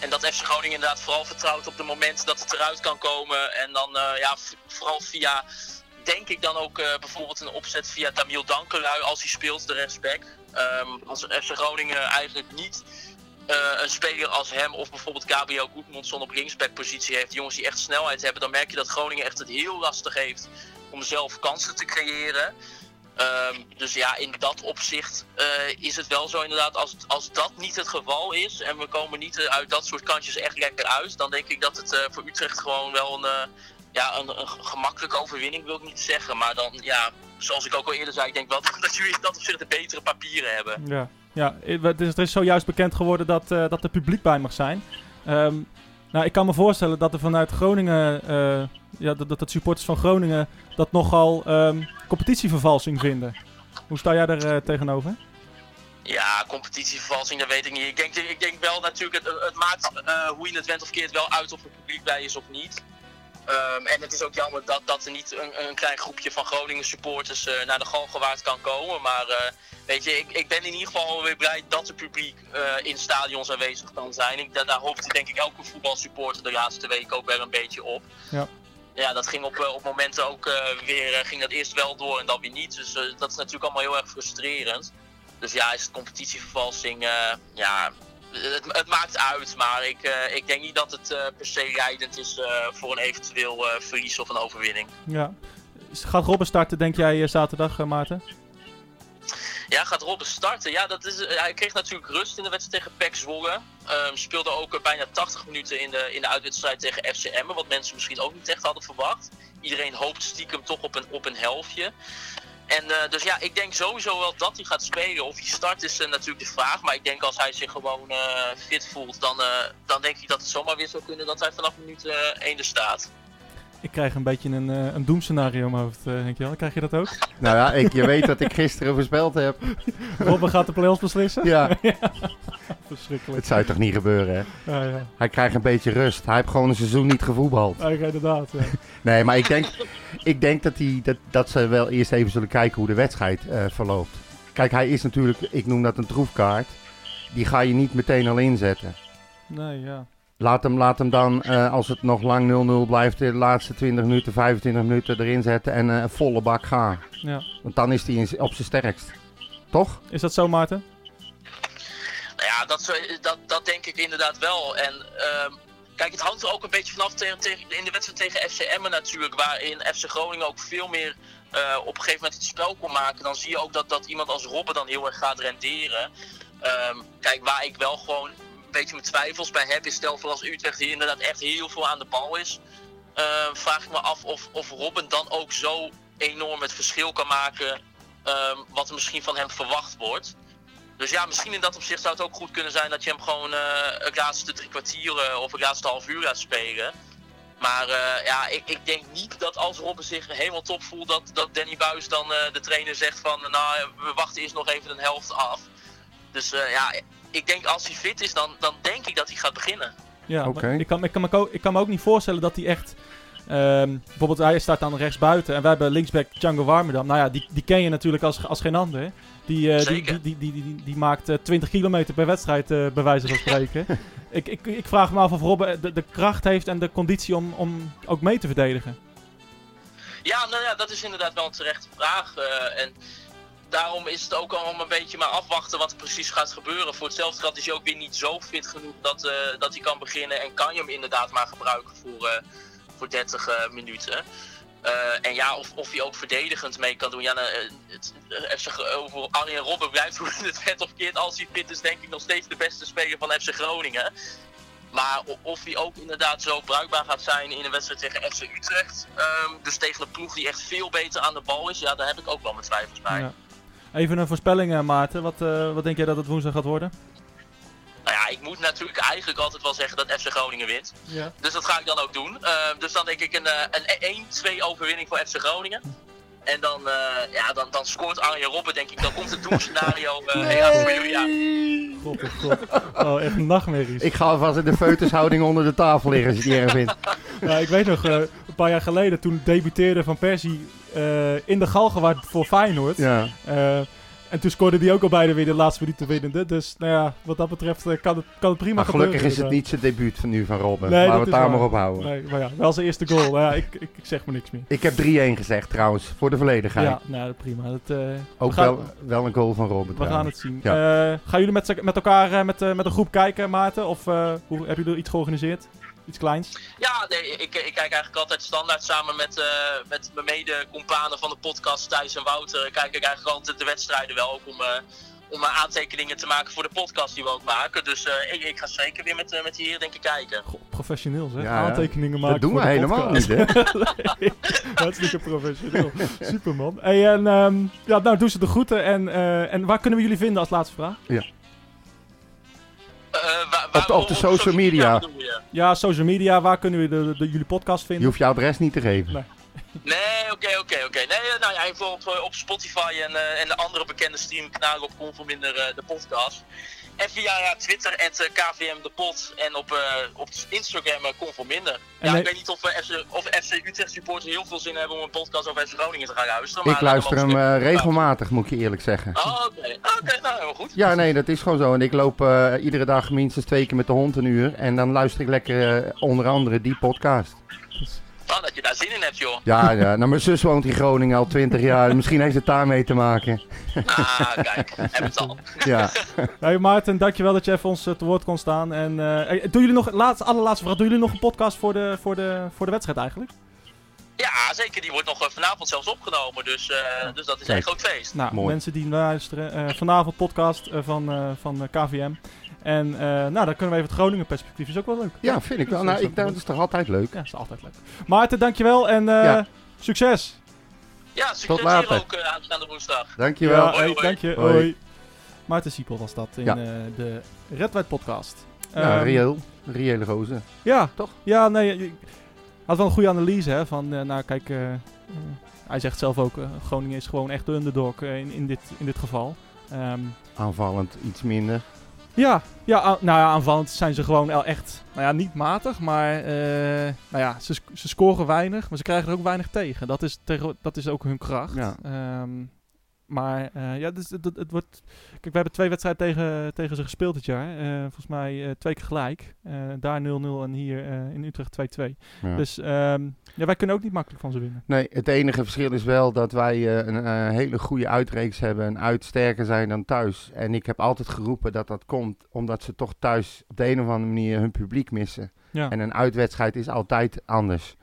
En dat FC Groningen inderdaad vooral vertrouwt op de momenten dat het eruit kan komen. En dan eh, ja, v- vooral via, denk ik dan ook eh, bijvoorbeeld een opzet via Damiel Dankelui als hij speelt, de rechtsback. Ehm, als FC Groningen eigenlijk niet eh, een speler als hem of bijvoorbeeld Gabriel Goedmondson op linksbackpositie heeft. Jongens die echt snelheid hebben, dan merk je dat Groningen echt het heel lastig heeft om zelf kansen te creëren. Ehm, dus ja, in dat opzicht eh, is het wel zo inderdaad, als, als dat niet het geval is en we komen niet eh, uit dat soort kantjes echt lekker uit, dan denk ik dat het eh, voor Utrecht gewoon wel een, eh, ja, een, een gemakkelijke overwinning wil ik niet zeggen. Maar dan, ja, zoals ik ook al eerder zei, ik denk wel [laughs] dat jullie in dat opzicht de betere papieren hebben. Ja. ja eh, het is, er is zojuist bekend geworden dat, eh, dat er publiek bij mag zijn. Ehm, nou, ik kan me voorstellen dat er vanuit Groningen, eh, ja, dat, dat, dat supporters van Groningen dat nogal ehm, competitievervalsing vinden. Hoe sta jij daar eh, tegenover? Ja, competitievervalsing, dat weet ik niet. Ik denk, ik denk wel natuurlijk, het, het maakt eh, hoe je het went of keert wel uit of er publiek bij is of niet. Ehm, en het is ook jammer dat, dat er niet een, een klein groepje van Groningen supporters eh, naar de Galgenwaard kan komen. Maar eh, weet je, ik, ik ben in ieder geval weer blij dat er publiek eh, in stadions aanwezig kan zijn. Ik, daar, daar hoopt denk ik elke voetbalsupporter de laatste week ook weer een beetje op. Ja. ja, dat ging op, eh, op momenten ook eh, weer, eh, ging dat eerst wel door en dan weer niet. Dus eh, dat is natuurlijk allemaal heel erg frustrerend. Dus ja, is het competitievervalsing, eh, ja, het, het maakt uit. Maar ik, eh, ik denk niet dat het eh, per se rijdend is eh, voor een eventueel eh, verlies of een overwinning. Ja. Gaat Robben starten, denk jij, eh, zaterdag, eh, Maarten? Ja, gaat Robben starten. Ja, dat is, eh, hij kreeg natuurlijk rust in de wedstrijd tegen PEC Zwolle. Ehm, speelde ook eh, bijna 80 minuten in de, in de uitwedstrijd tegen FC Emmen. Wat mensen misschien ook niet echt hadden verwacht. Iedereen hoopt stiekem toch op een, op een helftje. En eh, dus ja, ik denk sowieso wel dat hij gaat spelen. Of hij start is eh, natuurlijk de vraag. Maar ik denk als hij zich gewoon eh, fit voelt, dan, eh, dan denk ik dat het zomaar weer zou kunnen dat hij vanaf minuut eh 1 er staat. Ik krijg een beetje een, eh, een doemscenario in mijn hoofd, eh Henk-Jan. Krijg je dat ook? Nou ja, ik, je weet dat ik gisteren voorspeld heb. [laughs] Robben gaat de play-offs beslissen? Ja, Verschrikkelijk. het zou toch niet gebeuren, hè? Ja, ja. Hij krijgt een beetje rust. Hij heeft gewoon een seizoen niet gevoetbald. Ja, ik- inderdaad. Ja. Nee, maar ik denk, ik denk dat, die, dat, dat ze wel eerst even zullen kijken hoe de wedstrijd eh, verloopt. Kijk, hij is natuurlijk, ik noem dat een troefkaart. Die ga je niet meteen al inzetten. Nee, ja. Laat hem, laat hem dan, eh, als het nog lang 0-0 blijft, de laatste 20 minuten, 25 minuten erin zetten en eh, een volle bak gaan. ja. Want dan is hij in z- op zijn sterkst. Toch? Is dat zo, Maarten? Nou ja, dat, zou- dat, dat denk ik inderdaad wel. En ehm, kijk, het hangt er ook een beetje vanaf tegen, tegen- in de wedstrijd tegen FC Emmen natuurlijk. Waarin FC Groningen ook veel meer eh, op een gegeven moment het spel kon maken. Dan zie je ook dat, dat iemand als Robben dan heel erg gaat renderen. Ehm, kijk, waar ik wel gewoon een beetje mijn twijfels bij heb. Is stel voor als Utrecht hier inderdaad echt heel veel aan de bal is. eh, vraag ik me af of, of Robben dan ook zo enorm het verschil kan maken. ehm, wat er misschien van hem verwacht wordt. Dus ja, misschien in dat opzicht zou het ook goed kunnen zijn dat je hem gewoon eh het laatste drie kwartier eh, of het laatste half uur laat spelen. Maar eh, ja, ik, ik denk niet dat als Robben zich helemaal top voelt, dat, dat Danny Buis dan eh, de trainer zegt van nou, we wachten eerst nog even een helft af. Dus eh, ja, ik denk als hij fit is, dan, dan denk ik dat hij gaat beginnen. Ja, maar Oké. ik, kan, ik, kan me ook, ik kan me ook niet voorstellen dat hij echt... ehm, bijvoorbeeld, hij staat dan rechtsbuiten en wij hebben linksback Django Warmerdam. Nou ja, die, die ken je natuurlijk als, als geen ander. Die, eh, die, die, Zeker. die, die, die, die maakt eh, 20 kilometer per wedstrijd, eh, bij wijze van spreken. ik, ik, ik vraag me af of Robben de, de kracht heeft en de conditie om, om ook mee te verdedigen. Ja, nou ja, dat is inderdaad wel een terechte vraag. eh, en daarom is het ook allemaal een beetje maar afwachten wat er precies gaat gebeuren. Voor hetzelfde geld is hij ook weer niet zo fit genoeg dat, eh, dat hij kan beginnen. En kan je hem inderdaad maar gebruiken voor, eh, voor 30 eh, minuten. Eh, en ja, of, of hij ook verdedigend mee kan doen. Ja, nou, eh, het, eh, FC Gro- over Arjen Robben blijft [laughs] hoe het werd of keert. Als hij fit is, denk ik nog steeds de beste speler van FC Groningen. Maar o- of hij ook inderdaad zo bruikbaar gaat zijn in een wedstrijd tegen FC Utrecht. ehm, dus tegen een ploeg die echt veel beter aan de bal is. Ja, daar heb ik ook wel mijn twijfels bij. Ja. Even een voorspelling, eh, Maarten. Wat, eh, wat denk jij dat het woensdag gaat worden? Nou ja, ik moet natuurlijk eigenlijk altijd wel zeggen dat FC Groningen wint. Ja. Dus dat ga ik dan ook doen. Ehm, dus dan denk ik een, eh, een 1-2 overwinning voor FC Groningen. En dan, eh, ja, dan, dan scoort Arjen Robben, denk ik. Dan komt het doelscenario eh helaas voor jullie aan. God, oh god. Oh, echt nachtmerries. Ik ga alvast in de feutushouding onder de tafel liggen als je het niet erg vindt. Ja, ik weet nog, eh, een paar jaar geleden toen debuteerde Van Persie eh, in de Galgenwaard voor Feyenoord. Ja. Eh, en toen scoorde die ook al beide weer de laatste minuut de winnende. Dus nou ja, wat dat betreft eh, kan, het, kan het prima Maar gelukkig gebeuren, is het inderdaad. niet zijn debuut van nu van Robben. Nee, Laten we het dat is daar waar. maar op houden. Nee, maar ja, wel zijn eerste goal. Nou ja, ik, ik, ik zeg maar niks meer. Ik heb 3-1 gezegd trouwens, voor de volledigheid. Ja, nou prima. Dat, eh, Ook we gaan, wel, wel een goal van Robben We gaan trouwens. het zien. Eh, gaan jullie met, z'n- met elkaar, eh, met, eh, met een groep kijken, Maarten? Of eh, hoe, heb jullie er iets georganiseerd? Iets kleins? Ja, nee, ik, ik kijk eigenlijk altijd standaard samen met, eh, met mijn mede-companen van de podcast, Thijs en Wouter. Kijk ik eigenlijk altijd de wedstrijden wel, ook om, eh, om eh, aantekeningen te maken voor de podcast die we ook maken. Dus eh, ik, ik ga zeker weer met, eh, met die heren denken kijken. Goh, professioneel zeg. Ja, ja. Aantekeningen maken. Dat doen voor we de helemaal podcast. niet, hè? [laughs] Hartstikke professioneel. Superman. Hey, en ehm, ja, nou doen ze de groeten. En, eh, en waar kunnen we jullie vinden als laatste vraag? Eh, waar- waar- Op de- op de social media. bedoel je? Ja, social media. Waar kunnen we de, de, jullie podcast Je vinden? hoeft je adres niet te geven. Nee, oké, oké, oké. Nee, eh, nou ja, even op, eh, op Spotify en, eh, en de andere bekende streamkanalen op Conforminder eh, de podcast. En via ja, Twitter, at, eh, KVM de pot. En op, eh, op Instagram, eh, Conforminder. Ja, nee- ik weet niet of, eh, FC, of FC Utrecht supporters heel veel zin hebben om een podcast over FC Groningen te gaan luisteren. Maar Ik luister hem eh, eh, regelmatig, moet ik je eerlijk zeggen. Oh, oké. Oké, nou helemaal goed. Ja, nee, dat is gewoon zo. En ik loop eh, iedere dag minstens twee keer met de hond een uur. En dan luister ik lekker eh, onder andere die podcast. Nou, dat je daar zin in hebt, joh. [laughs] Ja, ja. Nou, mijn zus woont in Groningen al 20 jaar. Misschien heeft het daarmee te maken. Ah, [laughs] kijk, hebben het al. Ja. Hey Maarten, dankjewel dat je even ons eh, te woord kon staan. En eh, eh, doen jullie nog, laatst, allerlaatste vraag, doen jullie nog een podcast voor de, voor de, voor de wedstrijd eigenlijk? Ja, zeker. Die wordt nog eh, vanavond zelfs opgenomen. Dus, eh, dus dat is Kijk. een groot feest. Nou, Mooi. mensen die luisteren, eh, vanavond podcast eh, van, eh, van eh, KVM. En eh, nou, dan kunnen we even het Groningen perspectief, is ook wel leuk. ja, vind ik wel. Nou, ik, nou, dat is toch altijd leuk. Ja, is altijd leuk. Maarten, dankjewel en eh, Ja. succes! Ja, succes hier later. ook eh, aanstaande woensdag. Dankjewel. Ja, Hoi, hey, hoi. dank je. Hoi. Hoi. Maarten Siepel was dat in Ja. eh, de Red White podcast. Ja, Ehm, reëel. Reële gozer. Ja, Toch? Ja, nee. je- je- Had wel een goede analyse, hè? Van, eh, nou, kijk, eh, eh, hij zegt zelf ook: eh, Groningen is gewoon echt de underdog eh, in, in, dit, in dit geval. Ehm, Aanvallend iets minder. ja, ja, a- nou ja, aanvallend zijn ze gewoon wel echt, nou ja, niet matig, maar eh, nou ja, ze, sc- ze scoren weinig, maar ze krijgen er ook weinig tegen. Dat is, tegen, dat is ook hun kracht. Ja. Ehm, maar eh, ja, dus, het, het, het wordt. Kijk, we hebben twee wedstrijden tegen, tegen ze gespeeld dit jaar. Eh, volgens mij eh, twee keer gelijk. Eh, daar 0-0 en hier eh, in Utrecht 2-2. Ja. Dus ehm, ja, wij kunnen ook niet makkelijk van ze winnen. Nee, het enige verschil is wel dat wij eh, een eh, hele goede uitreeks hebben en uit sterker zijn dan thuis. En ik heb altijd geroepen dat dat komt omdat ze toch thuis op de een of andere manier hun publiek missen. Ja. En een uitwedstrijd is altijd anders.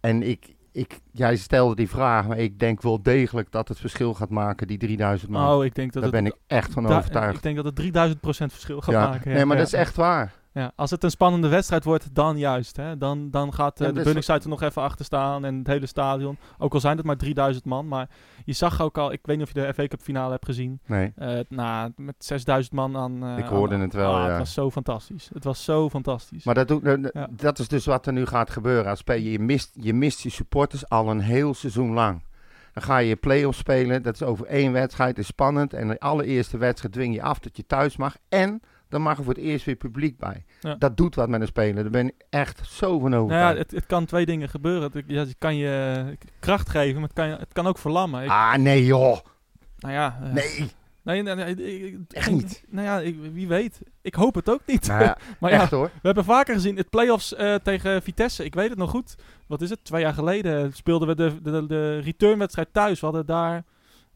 En ik, ik, jij stelde die vraag, maar ik denk wel degelijk dat het verschil gaat maken, die 3000 man. oh, ik denk dat Daar het, ben ik echt van da- overtuigd. Ik denk dat het 3000 verschil gaat ja. maken. ja. Nee, maar Ja. dat is echt waar. Ja, als het een spannende wedstrijd wordt, dan juist. Hè? Dan, dan gaat eh, Ja, de dus- Bunningsuit er nog even achter staan en het hele stadion. Ook al zijn het maar 3000 man. Maar je zag ook al, ik weet niet of je de FA Cup finale hebt gezien. Nee, eh, nou, met 6000 man aan... eh, ik hoorde aan- het wel, Ah, ja. Het was zo fantastisch. Het was zo fantastisch. Maar dat, doet, eh, Ja. dat is dus wat er nu gaat gebeuren. Als PSV je mist, je mist je supporters al een heel seizoen lang. Dan ga je play-offs spelen. Dat is over één wedstrijd. is spannend. En de allereerste wedstrijd dwing je af dat je thuis mag. En dan mag er voor het eerst weer publiek bij. Ja. Dat doet wat met een speler. Daar ben ik echt zo van nou ja, overtuigd. het, het kan twee dingen gebeuren. Het, ja, het kan je eh, kracht geven, maar het kan, je- het kan ook verlammen. Ik- ah, nee joh. nou ja, eh, [laughs] Nee. Nee, nee, nee, ik- ik- Echt niet. Nou ja, ik- wie weet. Ik hoop het ook niet. Nou ja, [laughs] maar ja, echt hoor. we hebben vaker gezien het play-offs eh, tegen Vitesse. Ik weet het nog goed. Wat is het? Twee jaar geleden speelden we de, de, de returnwedstrijd thuis. We hadden daar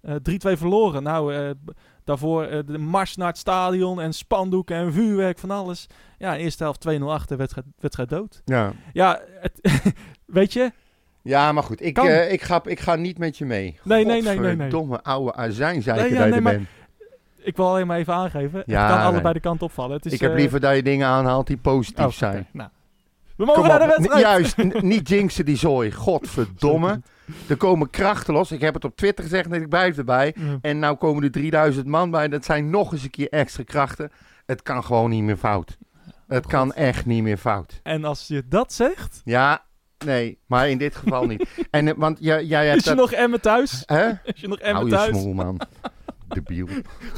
eh, 3-2 verloren. Nou, eh, b- daarvoor eh, de mars naar het stadion en spandoeken en vuurwerk van alles. Ja, eerste helft 2-0 achter, wedstrijd, wedstrijd dood. Ja. Ja, het, [laughs] weet je? ja, maar goed. Ik, Kan. eh, ik, ga, ik ga niet met je mee. Nee, nee, nee, nee, nee. Domme oude azijn, zei Nee, ik ja, dat je nee, er maar- bent. Ik wil alleen maar even aangeven. Ja, het kan nee. allebei de kant opvallen. Het is, Ik heb eh, liever dat je dingen aanhaalt die positief oh, oké. zijn. Nou. We mogen Kom naar de op, n- wedstrijd. Juist, n- niet jinxen die zooi. Godverdomme. Er komen krachten los. Ik heb het op Twitter gezegd en ik blijf erbij. Ja. En nou komen er 3000 man bij. Dat zijn nog eens een keer extra krachten. Het kan gewoon niet meer fout. Het kan echt niet meer fout. En als je dat zegt, Ja, nee, maar in dit geval [laughs] niet. En, eh, want jij, jij is hebt je dat... nog Emmen thuis. Hè? Is je nog Hou Emmen je thuis. smoel, man. [laughs] Debiel.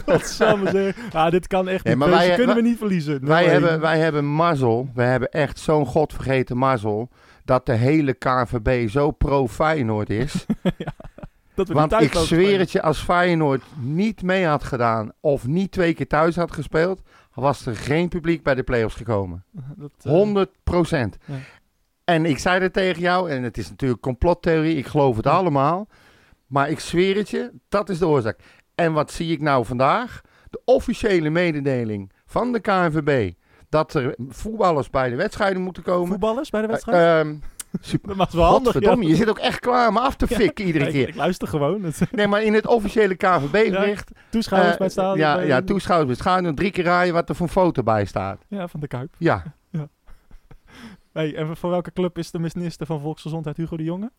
Dat zou maar zeggen. Ah, dit kan echt Nee, niet. maar Deze wij- eh, kunnen wij- we niet verliezen. Wij Nee. hebben, wij hebben mazzel. We hebben echt zo'n godvergeten mazzel. Dat de hele KNVB zo pro-Feyenoord is. dat we die Want thuis ik mogen zweer spelen. het je, als Feyenoord niet mee had gedaan of niet twee keer thuis had gespeeld, was er geen publiek bij de play-offs gekomen. Dat, eh, 100 procent. ja. En ik zei dat tegen jou, en het is natuurlijk complottheorie, ik geloof het Ja. allemaal. Maar ik zweer het je, dat is de oorzaak. En wat zie ik nou vandaag? De officiële mededeling van de KNVB dat er voetballers bij de wedstrijden moeten komen. voetballers bij de wedstrijd. Eh, ehm, super. dat was wel handig. Godverdomme, ja. je zit ook echt klaar me af [laughs] te fikken iedere ik, keer. ik luister gewoon. Het- Nee, maar in het officiële KVB-bericht. Toeschouwers bij het stadion. Eh, ja, bij- ja, toeschouwers bij het stadion. Drie keer raaien wat er voor een foto bij staat. Ja, van de Kuip. Ja, Hey, en voor welke club is de minister van Volksgezondheid Hugo de Jonge?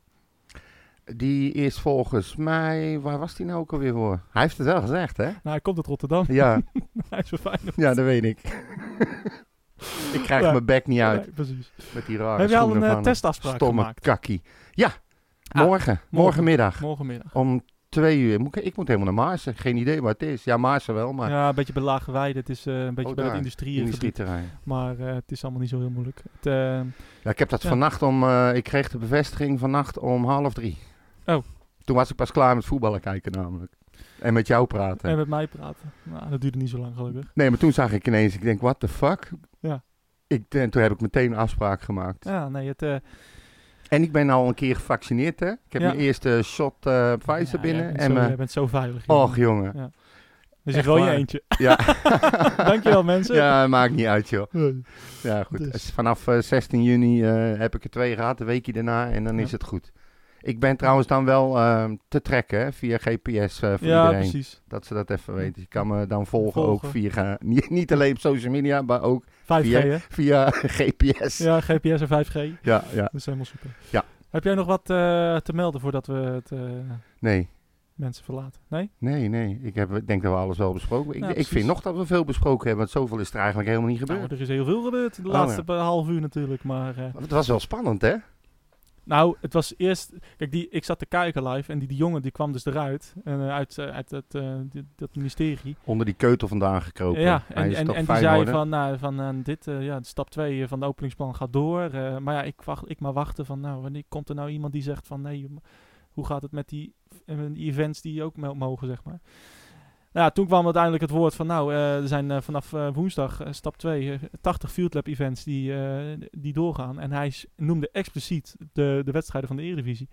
die is volgens mij. Waar was die nou ook alweer voor? Hij heeft het wel gezegd, hè? Nou, hij komt uit Rotterdam. Ja, [laughs] hij is verfijnd. ja dat weet [laughs] ik. ik krijg Ja. mijn bek niet uit Nee, precies. met die rare Heb je al een schoenen eh, van testafspraak stomme gemaakt? kakkie. Ja, Ah, morgen. Morgenmiddag. Morgenmiddag. Om twee uur. Moet ik, ik moet helemaal naar Maarsen. Geen idee waar het is. Ja, Maarsen wel, maar Ja, een beetje bij Lage Weide. Het is eh, een beetje Oh, bij het daar. industriegebied. industrieterrein. Maar eh, het is allemaal niet zo heel moeilijk. Het, eh, Ja, ik heb dat Ja. vannacht om. eh, ik kreeg de bevestiging vannacht om half drie. Oh. Toen was ik pas klaar met voetballen kijken, namelijk. En met jou praten. en met mij praten. Nou, dat duurde niet zo lang gelukkig. Nee, maar toen zag ik ineens, ik denk, what the fuck? eh, Ja. Ik, en toen heb ik meteen een afspraak gemaakt. Ja, nee, het, eh, En ik ben al een keer gevaccineerd, hè? Ik heb Ja. mijn eerste shot eh Pfizer Ja, binnen. jij bent en zo, mijn- jij bent zo veilig. joh. Och, jongen. echt dus ik wil je waar. eentje. [laughs] Ja. [laughs] Dankjewel mensen. Ja, maakt niet uit, joh. Nee. Ja, goed. Dus. Dus vanaf eh, 16 juni eh, heb ik er twee gehad, de weekje daarna. En dan Ja. is het goed. Ik ben trouwens dan wel eh, te trekken hè, via GPS eh, voor Ja, iedereen. precies. Dat ze dat even weten. Je kan me dan volgen, Volgen. ook via... [laughs] Niet, niet alleen op social media, maar ook 5G Via- hè? via [laughs] GPS. Ja, Ja, GPS en 5G. ja. Dat is helemaal super. Ja. Heb jij nog wat eh, te melden voordat we het eh, Nee, mensen verlaten? Nee? nee, nee. Ik heb, ik denk dat we alles wel besproken hebben. Ja, Ik, ik vind precies. nog dat we veel besproken hebben, want zoveel is er eigenlijk helemaal niet gebeurd. Nou, er is heel veel gebeurd. De Oh, laatste ja. pa- half uur natuurlijk. Maar eh, Want het was wel spannend, hè? Nou, het was eerst. Kijk, die, ik zat te kijken live en die, die jongen die kwam dus eruit. En, eh, uit eh, uit dat, eh, dit- dat ministerie. Onder die keutel vandaan gekropen. Ja, Hij en, is en, toch en die fijn zei worden. van, nou, van eh, dit, eh, ja, stap 2 van de openingsplan gaat door. eh, maar ja, ik, wacht, ik maar wachten van, nou, wanneer komt er nou iemand die zegt van, nee, m- hoe gaat het met die, eh, met die events die ook mo- mogen, zeg maar. Nou, ja, toen kwam uiteindelijk het woord van, nou, eh, er zijn eh, vanaf eh, woensdag, eh, stap 2, eh, 80 Field Lab events die, eh, die doorgaan. En hij s- noemde expliciet de, de wedstrijden van de Eredivisie.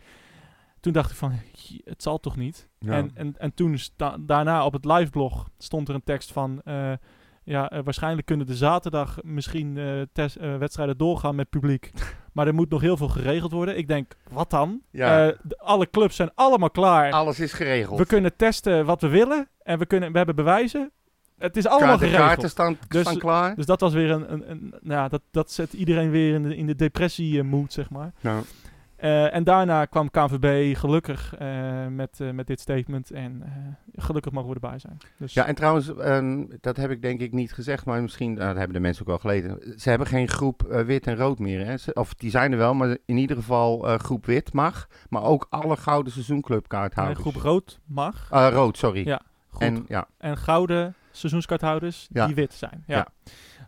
Toen dacht ik van, "J- het zal toch niet? Ja. En, en, en toen sta- daarna op het liveblog stond er een tekst van... eh, ja, eh, waarschijnlijk kunnen de zaterdag misschien eh, test- eh, wedstrijden doorgaan met [laughs] publiek. Maar er moet nog heel veel geregeld worden. Ik denk, wat dan? Ja. Eh, de- alle clubs zijn allemaal klaar. Alles is geregeld. we kunnen testen wat we willen. En we, kunnen, we hebben bewijzen. Het is allemaal Kaart- de geregeld. kaarten staan, Dus- staan klaar. Dus dat was weer een... een, een nou, ja, dat, dat zet iedereen weer in de, in de depressie-mood, zeg maar. Nou, Eh, en daarna kwam KNVB gelukkig eh, met, eh, met dit statement. En eh, gelukkig mogen we erbij zijn. Dus, Ja, en trouwens, ehm, dat heb ik denk ik niet gezegd, maar misschien nou, dat hebben de mensen ook wel geleden. Ze hebben geen groep eh, wit en rood meer. Hè? Ze- of die zijn er wel, maar in ieder geval eh, groep wit mag. Maar ook alle gouden eh, seizoenclubkaarthouders. groep rood mag. Eh, rood, sorry. Ja, Groep en, dus. En ja, gouden seizoenskaarthouders Ja. die wit zijn. Ja. Ja.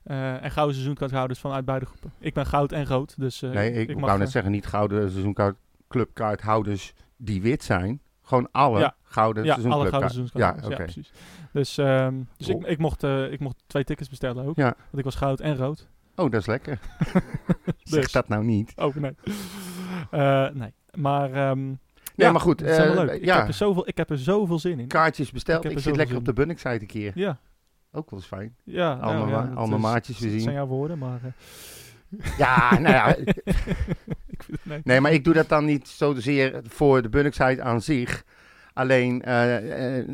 Eh, en gouden seizoenskaarthouders vanuit beide groepen. Ik ben goud en rood, dus eh, nee, ik, mag... wou eh, net zeggen, niet gouden seizoenclubkaarthouders die wit zijn. Gewoon alle Ja. gouden ja, alle gouden seizoenclubkaart- seizoenskaarthouders. Ja, Ja, oké. precies. Dus, ehm, dus ik, Cool. ik, mocht, eh, ik mocht twee tickets bestellen ook. Ja. Want ik was goud en rood. Oh, dat is [laughs] lekker. Zeg Dus, dat nou niet. oh nee. Eh, nee. Maar, ehm, Nee, Ja, maar goed. dat is helemaal eh, leuk. Ik, ja, heb er zoveel, ik heb er zoveel zin in. kaartjes besteld. Ik heb Ik, zit er zoveel lekker zin op de Bunnik-site een keer. Ja, Ook wel eens fijn. ja. nou Allemaal ja, ma- dat allemaal is- maatjes weer dat zien. zijn jouw woorden, maar [laughs] eh, [laughs] Ja, nou ja. ik vind het nee. Nee, maar ik doe dat dan niet zozeer voor de bunniksheid aan zich. Alleen, eh, eh,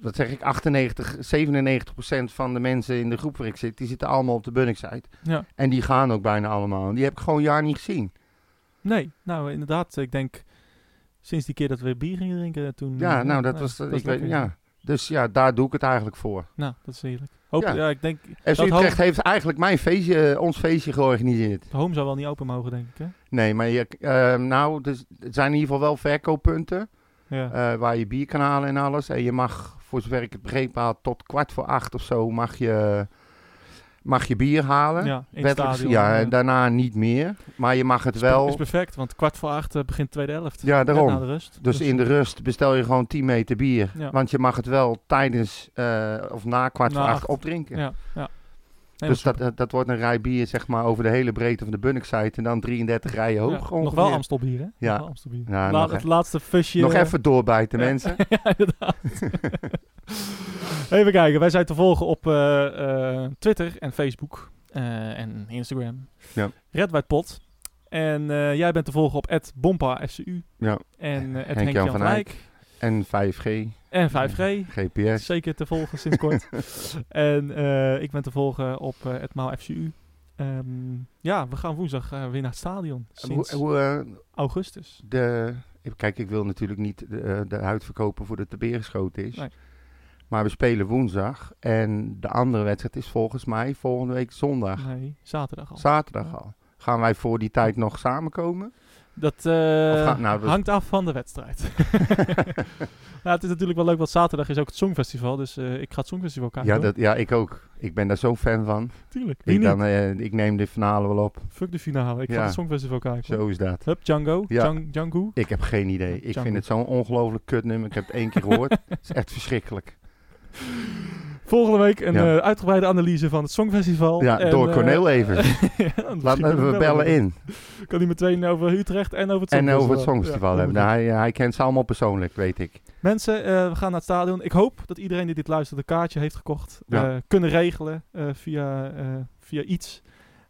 wat zeg ik, 98, 97 procent van de mensen in de groep waar ik zit, die zitten allemaal op de bunniksheid. Ja. En die gaan ook bijna allemaal. En Die heb ik gewoon een jaar niet gezien. Nee, nou inderdaad, ik denk sinds die keer dat we bier gingen drinken toen... Ja, eh, nou, dat was, ik weet, lekker. ja. Dus ja, daar doe ik het eigenlijk voor. Nou, dat is heerlijk. Hoop, ja. Ja. ik denk... FC dat Utrecht Home, heeft eigenlijk mijn feestje, eh, ons feestje georganiseerd. Home zou wel niet open mogen, denk ik, hè? Nee, maar je, eh, nou, dus, het zijn in ieder geval wel verkooppunten. Ja. Eh, waar je bier kan halen en alles. En je mag, voor zover ik het begrepen had, tot kwart voor acht of zo mag je, mag je bier halen. ja, in het Wettelijk- stadion. ja, eh, en daarna niet meer. Maar je mag het is per- wel. Is nou, perfect, want kwart voor acht eh, begint tweede helft. Ja, daarom. Net na de rust. Dus in de rust bestel je gewoon 10 meter bier. Ja. Want je mag het wel tijdens eh, of na kwart Na voor acht acht. opdrinken. Ja, ja. Nee, dus maar dat, dat wordt een rij bier zeg maar over de hele breedte van de Bunnicksite. En dan 33 rijen super. hoog. Ja, nog ongeveer. wel Amstelbier, hè? Ja. Nog wel Amstelbier. Ja, La- nog het e- laatste fusje... Nog eh, even doorbijten Ja. [laughs] mensen. ja, inderdaad. Even kijken, wij zijn te volgen op eh, eh, Twitter en Facebook eh, en Instagram. Ja. Red White Pot. En eh, jij bent te volgen op @bompa_fcu Ja. en eh, Henk-Jan Henk-Jan van van Eyck. En 5G, En 5G. GPS. Zeker te volgen sinds [laughs] kort. en eh, ik ben te volgen op eh, @maalfcu. Ehm, ja, we gaan woensdag eh, weer naar het stadion. [laughs] Sinds Hoe, hoe, eh, augustus. de. even- Kijk, ik wil natuurlijk niet de, eh, de huid verkopen voordat de beer geschoten is. Nee. Maar we spelen woensdag. En de andere wedstrijd is volgens mij volgende week zondag. Nee, zaterdag al. Zaterdag Ja. al. Gaan wij voor die tijd nog samenkomen? Dat eh, Of ga- nou, dat- hangt af van de wedstrijd. [laughs] nou, het is natuurlijk wel leuk, want zaterdag is ook het Songfestival. Dus eh, ik ga het Songfestival kijken. Ja, hoor. dat, ja, ik ook. Ik ben daar zo'n fan van. Tuurlijk. Wie Ik, niet? dan, eh, ik neem de finale wel op. Fuck de finale. Ik ga Ja. het Songfestival kijken. hoor. Zo is dat. Hup, Django. Ja. Djan- Django. Ik heb geen idee. Ik Django. [laughs] vind het zo'n ongelooflijk kutnummer. Ik heb het één keer gehoord. Het is echt verschrikkelijk. Volgende week een Ja. eh, uitgebreide analyse van het Songfestival. Ja, En, door eh, Corneel even. [laughs] ja, dan Laat me kunnen even bellen in. Kan hij meteen over Utrecht en over het En Songfestival. over het Ja, Songfestival dat hebben. moet Nou, hij, hij kent ze allemaal persoonlijk, weet ik. Mensen, eh, we gaan naar het stadion. Ik hoop dat iedereen die dit luistert een kaartje heeft gekocht. Ja. eh, kunnen regelen eh, via, eh, via iets.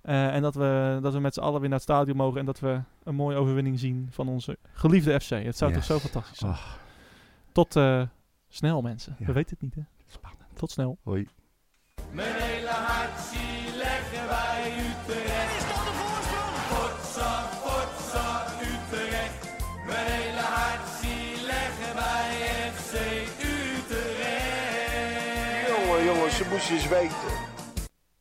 Eh, en dat we, dat we met z'n allen weer naar het stadion mogen. En dat we een mooie overwinning zien van onze geliefde FC. Het zou Yes. toch zo fantastisch zijn. Oh. Tot eh, snel mensen. Ja. We weten het niet hè. Spannend. Tot snel. Hoi. Mijn hele hart zie leggen wij Utrecht. Is dat de voorsprong? Potsa, potsa, Utrecht. Mijn hele hart zie leggen wij FC Utrecht. Jongen, jongens, ze moest je eens weten.